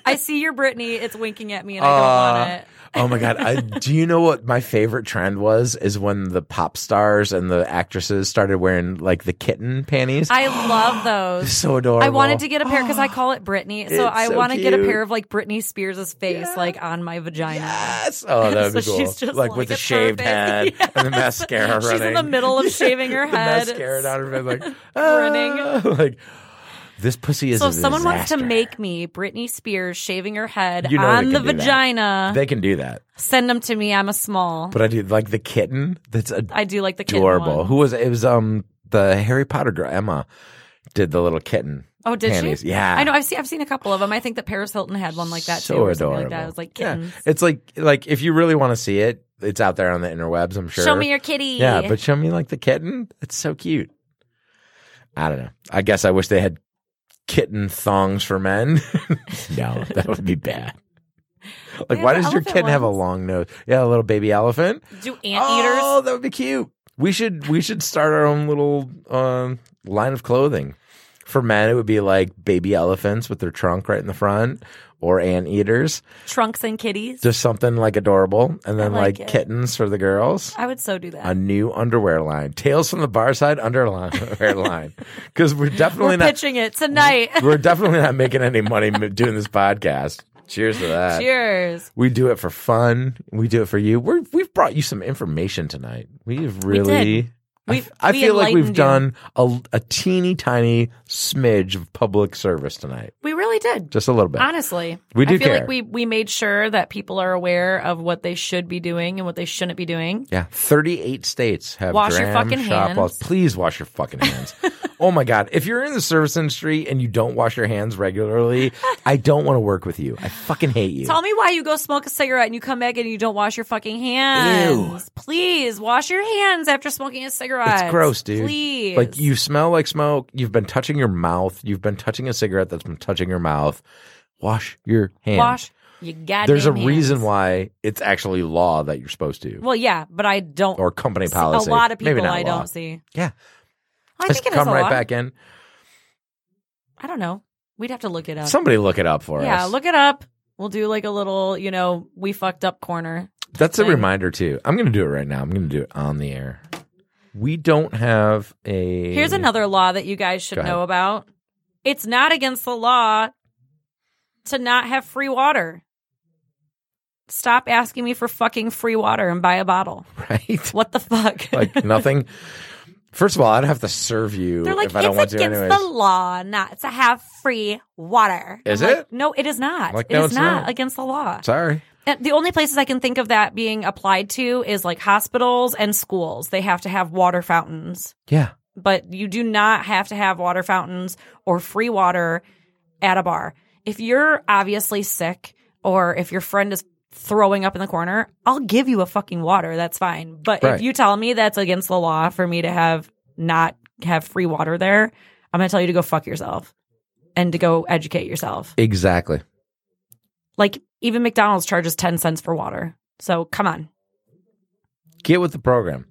Speaker 3: I see your Britney. It's winking at me, and I don't
Speaker 2: Uh,
Speaker 3: want it.
Speaker 2: oh my god! I, do you know what my favorite trend was? Is when the pop stars and the actresses started wearing like the kitten panties.
Speaker 3: I love those.
Speaker 2: so adorable.
Speaker 3: I wanted to get a pair because I call it Britney, so
Speaker 2: It's
Speaker 3: I
Speaker 2: so
Speaker 3: want to get a
Speaker 2: cute.
Speaker 3: pair of like Britney Spears' face like on my vagina.
Speaker 2: Yes. Oh, that would
Speaker 3: So
Speaker 2: be cool.
Speaker 3: she's just
Speaker 2: like,
Speaker 3: like,
Speaker 2: with the
Speaker 3: it's
Speaker 2: shaved
Speaker 3: perfect.
Speaker 2: head and the mascara
Speaker 3: She's
Speaker 2: running.
Speaker 3: in the middle of shaving her
Speaker 2: the
Speaker 3: head.
Speaker 2: mascara down her head, like
Speaker 3: running.
Speaker 2: "Ah," like this pussy is.
Speaker 3: So
Speaker 2: a
Speaker 3: if someone wants to
Speaker 2: disaster.
Speaker 3: make me Britney Spears shaving her head
Speaker 2: You know they
Speaker 3: on the
Speaker 2: can do that.
Speaker 3: vagina,
Speaker 2: they can do that.
Speaker 3: send them to me. I'm a small.
Speaker 2: But I do like the kitten. That's
Speaker 3: I do like the kitten
Speaker 2: adorable.
Speaker 3: one.
Speaker 2: Who was it? Was um the Harry Potter girl Emma did the little kitten.
Speaker 3: Oh, did
Speaker 2: panties.
Speaker 3: she?
Speaker 2: Yeah.
Speaker 3: I know. I've seen. I've seen a couple of them. I think that Paris Hilton had one like that
Speaker 2: so
Speaker 3: too. Or something
Speaker 2: adorable.
Speaker 3: Like that. It was like
Speaker 2: Yeah.
Speaker 3: kittens.
Speaker 2: It's like like if you really want to see it, it's out there on the interwebs. I'm sure.
Speaker 3: Show me your kitty.
Speaker 2: Yeah, but show me like the kitten. It's so cute. I don't know. I guess I wish they had kitten thongs for men. no, that would be bad. Like,
Speaker 3: They
Speaker 2: why
Speaker 3: have
Speaker 2: does your
Speaker 3: elephant
Speaker 2: kitten have a
Speaker 3: ones.
Speaker 2: long nose? Yeah, a little baby elephant.
Speaker 3: do anteaters?
Speaker 2: Oh, that would be cute. We should we should start our own little um, line of clothing. For men, it would be like baby elephants with their trunk right in the front, or anteaters,
Speaker 3: trunks and kitties.
Speaker 2: just something like adorable, and then like,
Speaker 3: like it.
Speaker 2: kittens for the girls
Speaker 3: I would so do that.
Speaker 2: a new underwear line. Tales from the bar side underline underwear line. Because we're definitely
Speaker 3: We're
Speaker 2: not
Speaker 3: pitching it tonight.
Speaker 2: we're definitely not making any money m- doing this podcast. Cheers to that.
Speaker 3: Cheers.
Speaker 2: We do it for fun. We do it for you. We're, we've brought you some information tonight. We've really. I
Speaker 3: We-
Speaker 2: f- I
Speaker 3: we
Speaker 2: feel like we've
Speaker 3: enlightened
Speaker 2: done a, a teeny tiny smidge of public service tonight.
Speaker 3: We really did.
Speaker 2: Just a little bit.
Speaker 3: Honestly,
Speaker 2: We do
Speaker 3: I feel
Speaker 2: care.
Speaker 3: like we we made sure that people are aware of what they should be doing and what they shouldn't be doing.
Speaker 2: Yeah, 38 states have
Speaker 3: Wash your
Speaker 2: dram
Speaker 3: fucking
Speaker 2: shop
Speaker 3: hands.
Speaker 2: laws. Please wash your fucking hands. oh my god, if you're in the service industry and you don't wash your hands regularly, I don't want to work with you. I fucking hate you.
Speaker 3: Tell me why you go smoke a cigarette and you come back and you don't wash your fucking hands. Please wash your hands after smoking a cigarette.
Speaker 2: it's gross, dude.
Speaker 3: Please.
Speaker 2: Like you smell like smoke. You've been touching your mouth. You've been touching a cigarette that's been touching your mouth. Wash your hands.
Speaker 3: wash your goddamn
Speaker 2: There's a
Speaker 3: hands.
Speaker 2: reason why it's actually law that you're supposed to,
Speaker 3: Well, yeah, but I don't.
Speaker 2: or company
Speaker 3: see-
Speaker 2: policy.
Speaker 3: A lot of
Speaker 2: Maybe
Speaker 3: people
Speaker 2: not
Speaker 3: I
Speaker 2: law.
Speaker 3: don't see.
Speaker 2: Yeah,
Speaker 3: I
Speaker 2: Just
Speaker 3: think it is
Speaker 2: come
Speaker 3: a
Speaker 2: right
Speaker 3: lot.
Speaker 2: back in.
Speaker 3: I don't know. We'd have to look it up.
Speaker 2: Somebody look it up for us.
Speaker 3: yeah, look it up. We'll do like a little, you know, we fucked up corner.
Speaker 2: That's a
Speaker 3: thing.
Speaker 2: reminder too. I'm going to do it right now. I'm going to do it on the air. We don't have a.
Speaker 3: Here's another law that you guys
Speaker 2: Go
Speaker 3: should
Speaker 2: ahead.
Speaker 3: know about. It's not against the law to not have free water. Stop asking me for fucking free water and buy a bottle.
Speaker 2: right,
Speaker 3: What the fuck?
Speaker 2: like nothing. First of all, I'd have to serve you
Speaker 3: They're like,
Speaker 2: if I don't want
Speaker 3: it's
Speaker 2: to.
Speaker 3: against
Speaker 2: Anyways,
Speaker 3: the law not to have free water.
Speaker 2: Is
Speaker 3: I'm like,
Speaker 2: it?
Speaker 3: no, it is not.
Speaker 2: Like,
Speaker 3: It
Speaker 2: no,
Speaker 3: is
Speaker 2: it's
Speaker 3: not,
Speaker 2: not.
Speaker 3: against the law.
Speaker 2: sorry.
Speaker 3: And the only places I can think of that being applied to is like hospitals and schools. They have to have water fountains.
Speaker 2: Yeah,
Speaker 3: but you do not have to have water fountains or free water at a bar. If you're obviously sick or if your friend is throwing up in the corner, I'll give you a fucking water. That's fine. But
Speaker 2: Right.
Speaker 3: if you tell me that's against the law for me to have not have free water there, I'm going to tell you to go fuck yourself and to go educate yourself.
Speaker 2: exactly.
Speaker 3: Like even McDonald's charges 10 cents for water. So come on.
Speaker 2: Get with the program.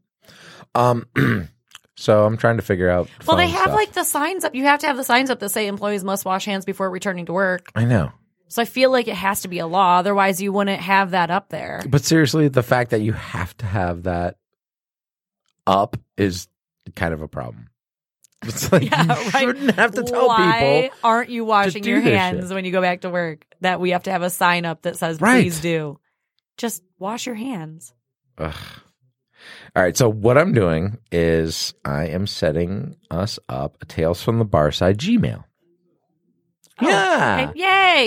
Speaker 2: Um, so I'm trying to figure out.
Speaker 3: Well, they
Speaker 2: fun
Speaker 3: have
Speaker 2: stuff.
Speaker 3: like the signs up. You have to have the signs up that say employees must wash hands before returning to work.
Speaker 2: I know,
Speaker 3: So I feel like it has to be a law, otherwise you wouldn't have that up there.
Speaker 2: but seriously, the fact that you have to have that up is kind of a problem. It's like
Speaker 3: Yeah,
Speaker 2: you
Speaker 3: right.
Speaker 2: shouldn't have to tell people.
Speaker 3: Why aren't you washing
Speaker 2: do
Speaker 3: your
Speaker 2: this
Speaker 3: hands
Speaker 2: shit?
Speaker 3: when you go back to work? That we have to have a sign up that says
Speaker 2: Right.
Speaker 3: please do. Just wash your hands.
Speaker 2: Ugh. All right. So what I'm doing is I am setting us up a Tales from the Bar Side Gmail.
Speaker 3: Oh,
Speaker 2: Yeah.
Speaker 3: okay.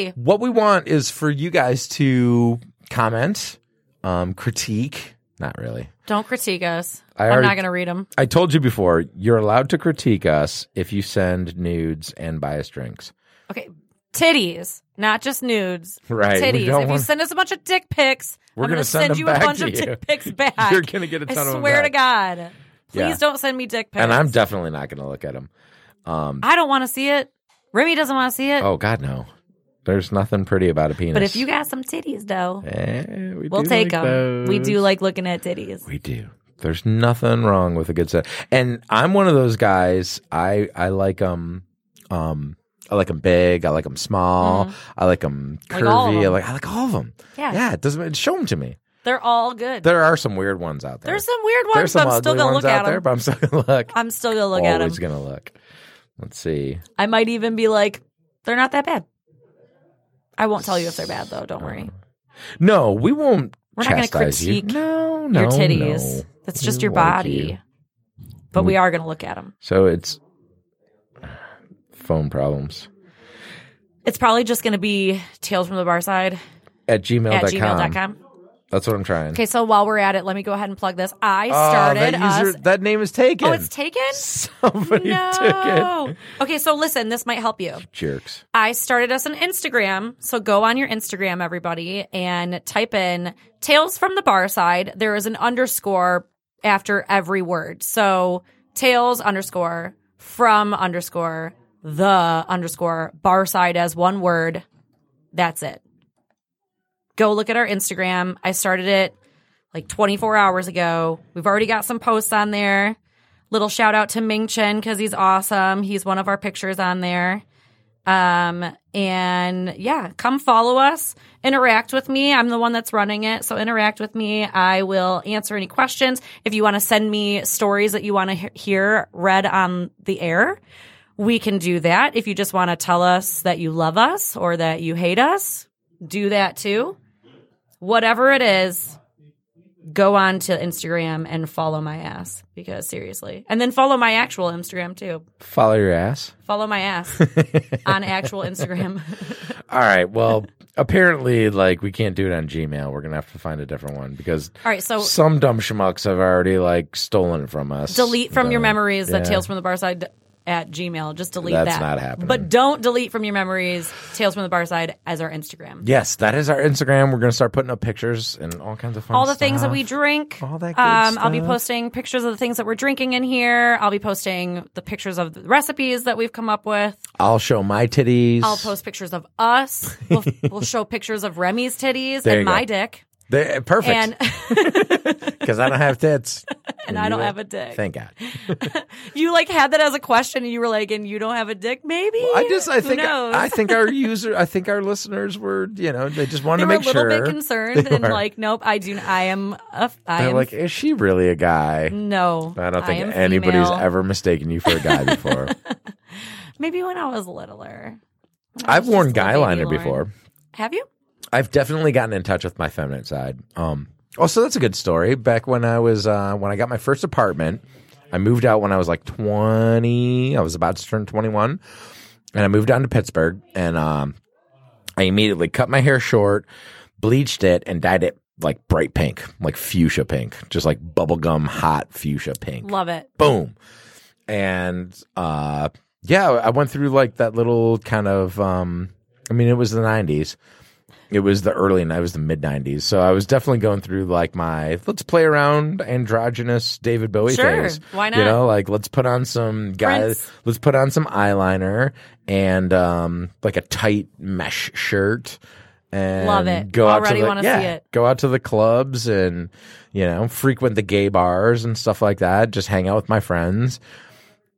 Speaker 3: Yay.
Speaker 2: What we want is for you guys to comment, um, critique, Not really.
Speaker 3: Don't critique us.
Speaker 2: I
Speaker 3: I'm
Speaker 2: already-
Speaker 3: not going to read them.
Speaker 2: I told you before, you're allowed to critique us if you send nudes and buy us drinks.
Speaker 3: Okay, titties, not just nudes.
Speaker 2: Right.
Speaker 3: Titties. If
Speaker 2: don't
Speaker 3: you
Speaker 2: wanna-
Speaker 3: send us a bunch of dick pics,
Speaker 2: We're
Speaker 3: I'm
Speaker 2: gonna
Speaker 3: going to
Speaker 2: send
Speaker 3: send
Speaker 2: them
Speaker 3: you a
Speaker 2: back
Speaker 3: bunch
Speaker 2: to
Speaker 3: of
Speaker 2: you.
Speaker 3: dick pics back.
Speaker 2: you're going to get a ton of
Speaker 3: I
Speaker 2: them
Speaker 3: swear to
Speaker 2: back.
Speaker 3: God. Please
Speaker 2: Yeah.
Speaker 3: don't send me dick pics.
Speaker 2: And I'm definitely not going to look at them. Um,
Speaker 3: I don't want to see it. Remy doesn't want to see it.
Speaker 2: oh, God, no. There's nothing pretty about a penis.
Speaker 3: but if you got some titties, though,
Speaker 2: Eh, we
Speaker 3: we'll
Speaker 2: do
Speaker 3: take
Speaker 2: like
Speaker 3: them. We do
Speaker 2: those.
Speaker 3: like looking at titties.
Speaker 2: We do. There's nothing wrong with a good set. And I'm one of those guys. I I like them. Um, I like them big. I like them small. I like them
Speaker 3: Mm-hmm. Like all of
Speaker 2: curvy. I
Speaker 3: 'em.
Speaker 2: like I like all of them.
Speaker 3: Yeah.
Speaker 2: yeah. It doesn't show them to me.
Speaker 3: They're all good.
Speaker 2: There are some weird ones out there.
Speaker 3: There's some weird ones,
Speaker 2: There's some
Speaker 3: but I'm still
Speaker 2: ugly
Speaker 3: going to
Speaker 2: ones
Speaker 3: look at
Speaker 2: out there,
Speaker 3: them.
Speaker 2: but I'm still gonna look.
Speaker 3: I'm still going to look at them.
Speaker 2: Always gonna look. Let's see.
Speaker 3: I might even be like, they're not that bad. I won't tell you if they're bad, though. Don't worry.
Speaker 2: No, we won't.
Speaker 3: We're not gonna
Speaker 2: chastise you.
Speaker 3: critique
Speaker 2: No, no,
Speaker 3: Your titties.
Speaker 2: no.
Speaker 3: That's just
Speaker 2: We
Speaker 3: your
Speaker 2: like
Speaker 3: body.
Speaker 2: you.
Speaker 3: But we are going to look at them.
Speaker 2: So it's uh, phone problems.
Speaker 3: It's probably just going to be Tales from the Bar Side
Speaker 2: At gmail.com.
Speaker 3: at gmail.com.
Speaker 2: That's what I'm trying.
Speaker 3: Okay, so while we're at it, let me go ahead and plug this. I
Speaker 2: Oh, that,
Speaker 3: started
Speaker 2: user-
Speaker 3: us.
Speaker 2: that name is taken.
Speaker 3: Oh, it's taken?
Speaker 2: Somebody
Speaker 3: no.
Speaker 2: took it.
Speaker 3: Okay, so listen, this might help you.
Speaker 2: Jerks.
Speaker 3: I started us an Instagram. So go on your Instagram, everybody, and type in Tales from the Bar Side. There is an underscore after every word. So Tales underscore from underscore the underscore bar side as one word. That's it. Go look at our Instagram. I started it like 24 hours ago. We've already got some posts on there. Little shout out to Ming Chen because he's awesome. He's one of our pictures on there. Um, and yeah, come follow us, interact with me. I'm the one that's running it. So interact with me. I will answer any questions. If you want to send me stories that you want to he- hear read on the air, we can do that. If you just want to tell us that you love us or that you hate us, do that too. Whatever it is, go on to Instagram and follow my ass because seriously. And then follow my actual Instagram too.
Speaker 2: Follow your ass.
Speaker 3: Follow my ass on actual Instagram.
Speaker 2: All right. Well, apparently, like, we can't do it on Gmail. We're going to have to find a different one because
Speaker 3: All right, so
Speaker 2: some dumb schmucks have already, like, stolen it from us.
Speaker 3: delete from your
Speaker 2: Uh,
Speaker 3: memories the
Speaker 2: yeah.
Speaker 3: tales from the bar side at Gmail. Just delete
Speaker 2: That's
Speaker 3: that.
Speaker 2: not happening.
Speaker 3: But don't delete from your memories tales from the bar side as our Instagram.
Speaker 2: Yes, that is our Instagram. We're going to start putting up pictures and all kinds of fun
Speaker 3: All the things that
Speaker 2: stuff.
Speaker 3: we drink.
Speaker 2: All that good
Speaker 3: um, I'll be
Speaker 2: stuff.
Speaker 3: posting pictures of the things that we're drinking in here. I'll be posting the pictures of the recipes that we've come up with.
Speaker 2: I'll show my titties.
Speaker 3: I'll post pictures of us. We'll, we'll show pictures of Remy's titties
Speaker 2: There you
Speaker 3: and
Speaker 2: go.
Speaker 3: my dick.
Speaker 2: They-
Speaker 3: And
Speaker 2: perfect. Because I don't have tits.
Speaker 3: and I don't
Speaker 2: You-
Speaker 3: have a dick.
Speaker 2: Thank God.
Speaker 3: you like had that as a question, and you were like, "And you don't have a dick, maybe?"
Speaker 2: I just I
Speaker 3: Who
Speaker 2: think
Speaker 3: knows?
Speaker 2: I think our user I think our listeners were you know they just wanted to
Speaker 3: they were a
Speaker 2: make
Speaker 3: little
Speaker 2: sure
Speaker 3: bit concerned
Speaker 2: They
Speaker 3: and
Speaker 2: were.
Speaker 3: like, nope, I do. I am a. I
Speaker 2: They're
Speaker 3: am
Speaker 2: like is she really a guy?
Speaker 3: no.
Speaker 2: I don't think
Speaker 3: Mm, am
Speaker 2: anybody's
Speaker 3: female.
Speaker 2: ever mistaken you for a guy before.
Speaker 3: Maybe when I was littler. When I
Speaker 2: I've
Speaker 3: was
Speaker 2: worn
Speaker 3: just a
Speaker 2: guy
Speaker 3: baby
Speaker 2: liner
Speaker 3: Lauren.
Speaker 2: before.
Speaker 3: Have you?
Speaker 2: I've definitely gotten in touch with my feminine side. Um, also, that's a good story. Back when I was uh, when I got my first apartment, I moved out when I was like twenty. I was about to turn twenty one, and I moved down to Pittsburgh. And um, I immediately cut my hair short, bleached it, and dyed it like bright pink, like fuchsia pink, just like bubblegum hot fuchsia pink
Speaker 3: Love it.
Speaker 2: boom and uh yeah i went through like that little kind of um i mean it was the 90s it was the early and it was the mid 90s so i was definitely going through like my let's play around androgynous david bowie
Speaker 3: Sure,
Speaker 2: phase
Speaker 3: why
Speaker 2: you
Speaker 3: not?
Speaker 2: know like let's put on some guys
Speaker 3: Prince.
Speaker 2: let's put on some eyeliner and um like a tight mesh shirt and
Speaker 3: Love it.
Speaker 2: go out
Speaker 3: Already
Speaker 2: to the,
Speaker 3: wanna see
Speaker 2: yeah,
Speaker 3: it.
Speaker 2: go out to the clubs and you know frequent the gay bars and stuff like that just hang out with my friends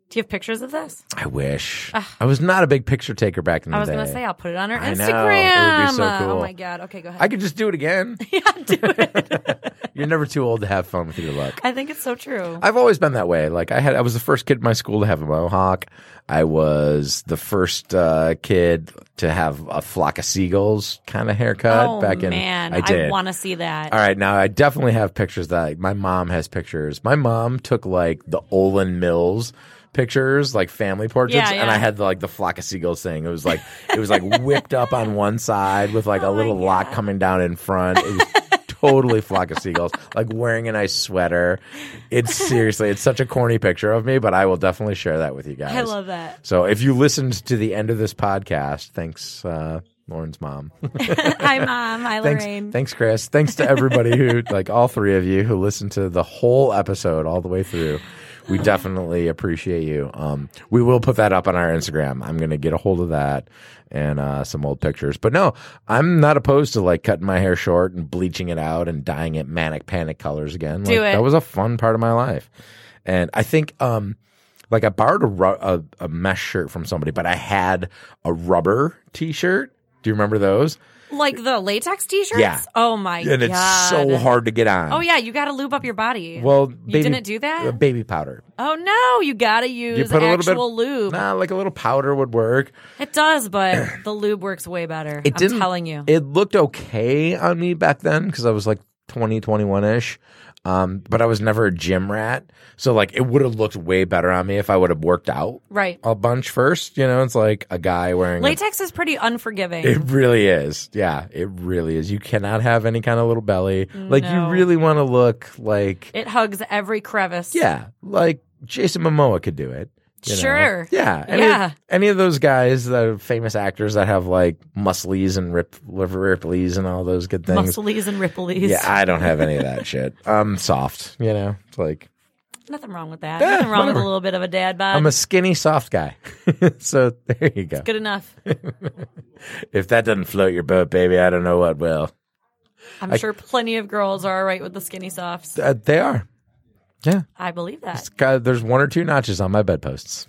Speaker 3: Do you have pictures of this?
Speaker 2: i wish i was not a big picture taker back in the
Speaker 3: I was
Speaker 2: day
Speaker 3: going to say I'll put it on our
Speaker 2: I know. It would be
Speaker 3: Instagram.
Speaker 2: so
Speaker 3: Uh,
Speaker 2: cool.
Speaker 3: Oh my god. Okay, go ahead.
Speaker 2: i could just do it again
Speaker 3: yeah, do it.
Speaker 2: you're never too old to have fun with your luck
Speaker 3: I think it's so true.
Speaker 2: I've always been that way. Like I had, I was the first kid in my school to have a mohawk. I was the first uh, kid to have a flock of seagulls kind of haircut
Speaker 3: oh
Speaker 2: back in.
Speaker 3: man,
Speaker 2: I did.
Speaker 3: want to see that.
Speaker 2: All right, now I definitely have pictures that like, my mom has pictures. My mom took like the Olin Mills pictures, like family portraits,
Speaker 3: Yeah,
Speaker 2: and
Speaker 3: yeah.
Speaker 2: I had like the flock of seagulls thing. It was like it was like whipped up on one side with like a
Speaker 3: Oh my
Speaker 2: little lock
Speaker 3: God.
Speaker 2: coming down in front. It was totally flock of seagulls, like wearing a nice sweater. It's seriously, it's such a corny picture of me, but I will definitely share that with you guys.
Speaker 3: I love that.
Speaker 2: So if you listened to the end of this podcast, thanks, uh, Lauren's mom.
Speaker 3: Hi, mom. Hi,
Speaker 2: thanks,
Speaker 3: Lorraine.
Speaker 2: thanks, Chris. Thanks to everybody who, like all three of you, who listened to the whole episode all the way through. We definitely appreciate you. Um, we will put that up on our Instagram. I'm gonna get a hold of that and uh, some old pictures. But no, I'm not opposed to like cutting my hair short and bleaching it out and dyeing it manic panic colors again.
Speaker 3: Do
Speaker 2: Like,
Speaker 3: it.
Speaker 2: That was a fun part of my life, and I think um, like I borrowed a, ru- a a mesh shirt from somebody, but I had a rubber T-shirt. Do you remember those?
Speaker 3: Like the latex t-shirts?
Speaker 2: Yeah.
Speaker 3: Oh my god.
Speaker 2: and it's so hard to get on.
Speaker 3: Oh yeah, you got to lube up your body.
Speaker 2: Well,
Speaker 3: you
Speaker 2: baby,
Speaker 3: didn't do that?
Speaker 2: uh, baby powder.
Speaker 3: oh no, you got to use
Speaker 2: You put a little bit
Speaker 3: actual lube.
Speaker 2: Nah, like a little powder would work.
Speaker 3: It does, but the lube works way better.
Speaker 2: It
Speaker 3: I'm
Speaker 2: didn't.
Speaker 3: telling you.
Speaker 2: It looked okay on me back then because I was like 20, 21 ish. Um, but I was never a gym rat, so like it would have looked way better on me if I would have worked out
Speaker 3: right.
Speaker 2: a bunch first. You know, it's like a guy wearing. a-
Speaker 3: Latex is pretty unforgiving.
Speaker 2: it really is. Yeah, it really is. You cannot have any kind of little belly. Like you
Speaker 3: No.
Speaker 2: really want to look like
Speaker 3: It hugs every crevice.
Speaker 2: Yeah, like Jason Momoa could do it. you know?
Speaker 3: Sure.
Speaker 2: Yeah. Any,
Speaker 3: Yeah.
Speaker 2: Any of those guys, the famous actors that have like musclies and rip, Ripleys and all those good things.
Speaker 3: Musclies and ripplies.
Speaker 2: Yeah, I don't have any of that shit. I'm soft. You know, it's like
Speaker 3: Nothing wrong with that.
Speaker 2: Yeah,
Speaker 3: Nothing wrong
Speaker 2: whatever.
Speaker 3: with a little bit of a dad bod.
Speaker 2: I'm a skinny, soft guy. so there you go.
Speaker 3: Good enough.
Speaker 2: If that doesn't float your boat, baby, I don't know what will.
Speaker 3: I'm sure plenty of girls are all right with the skinny softs.
Speaker 2: Uh, they are. Yeah.
Speaker 3: I believe that.
Speaker 2: It's got- there's one or two notches on my bedposts.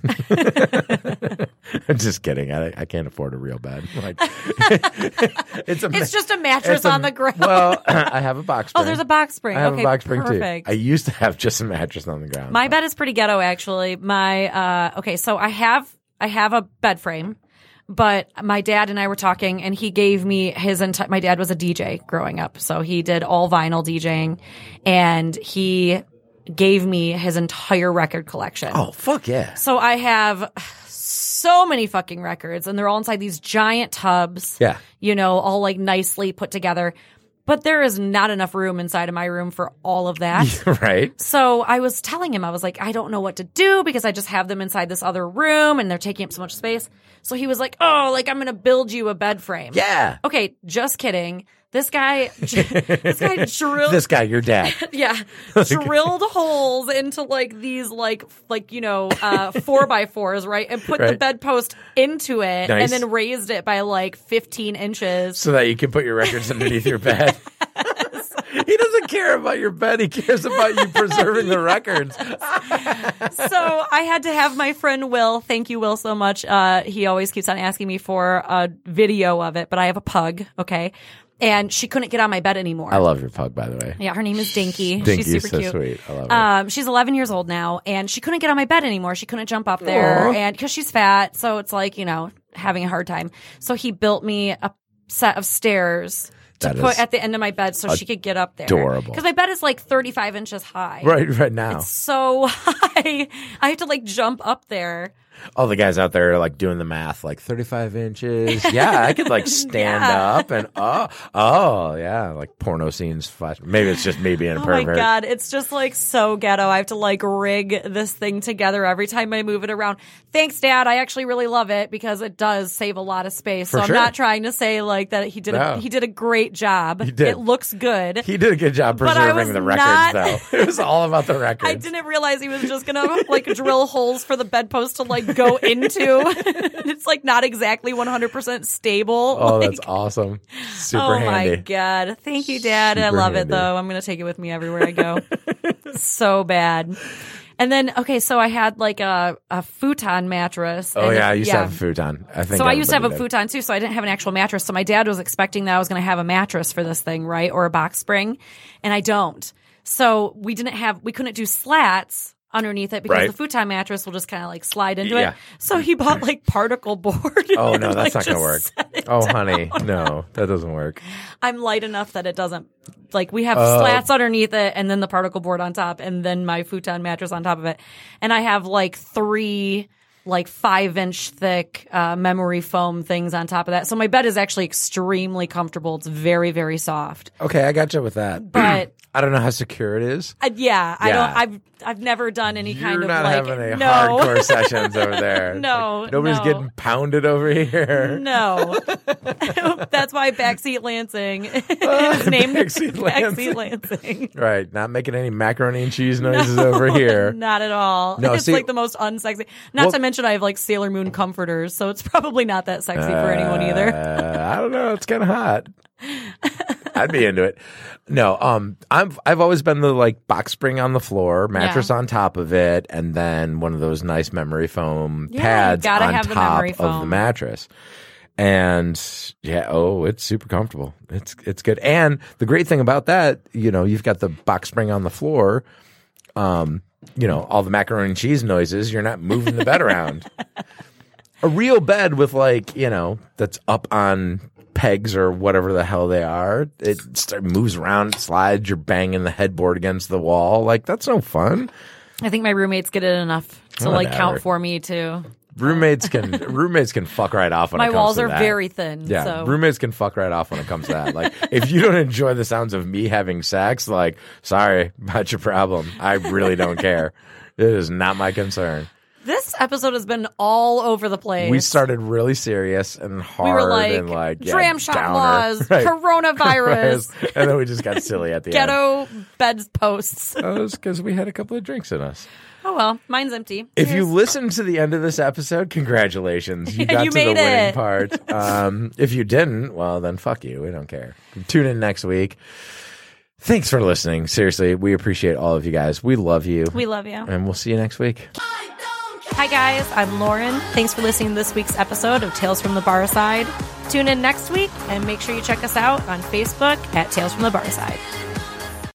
Speaker 2: I'm just kidding. I, I can't afford a real bed. Like, it's a ma-
Speaker 3: It's just a mattress
Speaker 2: It's a-
Speaker 3: on the ground.
Speaker 2: Well, I have a box spring.
Speaker 3: oh, there's a box spring.
Speaker 2: I have
Speaker 3: okay,
Speaker 2: a box spring
Speaker 3: perfect.
Speaker 2: too. I used to have just a mattress on the ground.
Speaker 3: My bed is pretty ghetto actually. My uh okay, so I have I have a bed frame, but my dad and I were talking and he gave me his entire my dad was a DJ growing up. So he did all vinyl DJing and he gave me his entire record collection.
Speaker 2: oh fuck yeah!
Speaker 3: So I have so many fucking records and they're all inside these giant tubs.
Speaker 2: Yeah.
Speaker 3: You know, all like nicely put together. But there is not enough room inside of my room for all of that.
Speaker 2: right.
Speaker 3: So I was telling him, I was like, I don't know what to do because I just have them inside this other room and they're taking up so much space. So he was like, Oh, like I'm going to build you a bed frame.
Speaker 2: Yeah.
Speaker 3: Okay. Just kidding. This guy, this guy drilled,
Speaker 2: This guy, your dad.
Speaker 3: yeah, drilled holes into like these, like, like, you know, uh, four by fours, right? And put the
Speaker 2: Right.
Speaker 3: bedpost into it
Speaker 2: Nice.
Speaker 3: and then raised it by like 15 inches.
Speaker 2: so that you can put your records underneath your bed. he doesn't care about your bed. He cares about you preserving the records.
Speaker 3: so I had to have my friend Will. Thank you, Will, so much. Uh, he always keeps on asking me for a video of it, but I have a pug. Okay. And she couldn't get on my bed anymore.
Speaker 2: I love your pug, by the way.
Speaker 3: yeah, her name is Dinky.
Speaker 2: Dinky's
Speaker 3: She's super
Speaker 2: so
Speaker 3: cute.
Speaker 2: sweet. I love her.
Speaker 3: Um, she's 11 years old now, and she couldn't get on my bed anymore. She couldn't jump up there, and because she's fat, so it's like you know having a hard time. So he built me a set of stairs to
Speaker 2: That
Speaker 3: put
Speaker 2: is
Speaker 3: at the end of my bed so she could get up there.
Speaker 2: adorable.
Speaker 3: Because my bed is like 35 inches high
Speaker 2: right, right now.
Speaker 3: so high. I had to like jump up there.
Speaker 2: all the guys out there are like doing the math, like 35 inches. Yeah, I could like stand up and oh, oh, yeah, like porno scenes. flash- Maybe it's just me being a
Speaker 3: Oh
Speaker 2: pervert.
Speaker 3: my god, it's just like so ghetto. I have to like rig this thing together every time I move it around. Thanks, Dad. I actually really love it because it does save a lot of space.
Speaker 2: For
Speaker 3: so
Speaker 2: sure.
Speaker 3: I'm not trying to say like that he did
Speaker 2: No.
Speaker 3: a, he did a great job.
Speaker 2: He did.
Speaker 3: It looks good.
Speaker 2: He did a good job
Speaker 3: But I
Speaker 2: preserving
Speaker 3: was
Speaker 2: the records,
Speaker 3: not-
Speaker 2: though. It was all about the records.
Speaker 3: I didn't realize he was just gonna like drill holes for the bedpost to like go into. it's like not exactly 100% stable.
Speaker 2: Oh,
Speaker 3: Like,
Speaker 2: that's awesome. Super
Speaker 3: oh my
Speaker 2: handy.
Speaker 3: god! Thank you, Dad. I
Speaker 2: Super
Speaker 3: love
Speaker 2: handy.
Speaker 3: it though. I'm gonna take it with me everywhere I go. so bad. And then okay, so I had like a, a futon mattress.
Speaker 2: Oh,
Speaker 3: and-
Speaker 2: yeah, I used to have a futon. I think
Speaker 3: So I used to have a
Speaker 2: everybody did.
Speaker 3: futon too, so I didn't have an actual mattress. So my dad was expecting that I was going to have a mattress for this thing, right, or a box spring, and I don't. So we didn't have, we couldn't do slats underneath it because
Speaker 2: Right.
Speaker 3: the futon mattress will just kind of like slide into
Speaker 2: Yeah.
Speaker 3: it. So he bought like particle board.
Speaker 2: Oh,
Speaker 3: and,
Speaker 2: no, that's
Speaker 3: like,
Speaker 2: not going to
Speaker 3: just
Speaker 2: work.
Speaker 3: set it
Speaker 2: Oh, honey, no, that doesn't work.
Speaker 3: I'm light enough that it doesn't like we have
Speaker 2: Oh.
Speaker 3: slats underneath it and then the particle board on top and then my futon mattress on top of it. And I have like three like five inch thick uh, memory foam things on top of that. So my bed is actually extremely comfortable. It's very, very soft.
Speaker 2: Okay, I got you with that.
Speaker 3: But-
Speaker 2: I don't know how secure it is.
Speaker 3: Uh, yeah, I
Speaker 2: Yeah.
Speaker 3: don't. I've I've never done any
Speaker 2: You're
Speaker 3: kind of
Speaker 2: not
Speaker 3: like
Speaker 2: having any
Speaker 3: no,
Speaker 2: hardcore sessions over there. It's
Speaker 3: No,
Speaker 2: like, nobody's
Speaker 3: no.
Speaker 2: getting pounded over here.
Speaker 3: no. That's why backseat Lansing is named
Speaker 2: Backseat
Speaker 3: backseat
Speaker 2: Lansing.
Speaker 3: Lansing. Lansing.
Speaker 2: Right, not making any macaroni and cheese noises over here.
Speaker 3: Not at all.
Speaker 2: No,
Speaker 3: it's
Speaker 2: see-
Speaker 3: like the most unsexy. Not
Speaker 2: Well-
Speaker 3: to mention, I have like Sailor Moon comforters, so it's probably not that sexy for anyone either.
Speaker 2: Uh, I don't know. It's kind of hot. I'd be into it. No, um, I'm. I've always been the like box spring on the floor, mattress on top of it, and then one of those nice memory foam
Speaker 3: Yeah, you
Speaker 2: pads
Speaker 3: gotta
Speaker 2: on
Speaker 3: have the
Speaker 2: top
Speaker 3: memory
Speaker 2: of the
Speaker 3: foam.
Speaker 2: mattress. And yeah, oh, it's super comfortable. It's it's good. And the great thing about that, you know, you've got the box spring on the floor. Um, you know, all the macaroni and cheese noises. You're not moving the bed around a real bed with like you know that's up on pegs or whatever the hell they are it st- moves around slides you're banging the headboard against the wall like that's no fun
Speaker 3: I think my roommates get it enough to like
Speaker 2: Whatever.
Speaker 3: count for me too.
Speaker 2: roommates can roommates can fuck right off when it
Speaker 3: My
Speaker 2: comes
Speaker 3: walls
Speaker 2: to
Speaker 3: are
Speaker 2: that.
Speaker 3: very thin.
Speaker 2: yeah
Speaker 3: so.
Speaker 2: roommates can fuck right off when it comes to that like if you don't enjoy the sounds of me having sex like sorry about your problem i really don't care it is not my concern
Speaker 3: This episode has been all over the place.
Speaker 2: we started really serious and hard
Speaker 3: we were like,
Speaker 2: and like yeah,
Speaker 3: dram shop
Speaker 2: downer.
Speaker 3: laws,
Speaker 2: Right.
Speaker 3: coronavirus,
Speaker 2: and then we just got silly at the end.
Speaker 3: ghetto bed posts.
Speaker 2: That was because we had a couple of drinks in us.
Speaker 3: Oh well, mine's empty.
Speaker 2: If you
Speaker 3: Here's-
Speaker 2: listen to the end of this episode, congratulations. You got
Speaker 3: You
Speaker 2: to the
Speaker 3: made
Speaker 2: winning
Speaker 3: it.
Speaker 2: part. Um, if you didn't, well, then fuck you. We don't care. Tune in next week. Thanks for listening. Seriously, we appreciate all of you guys. We love you.
Speaker 3: we love you.
Speaker 2: and we'll see you next week.
Speaker 3: Hi guys, I'm Lauren. Thanks for listening to this week's episode of Tales from the Bar Side. Tune in next week and make sure you check us out on Facebook at Tales from the Bar Side.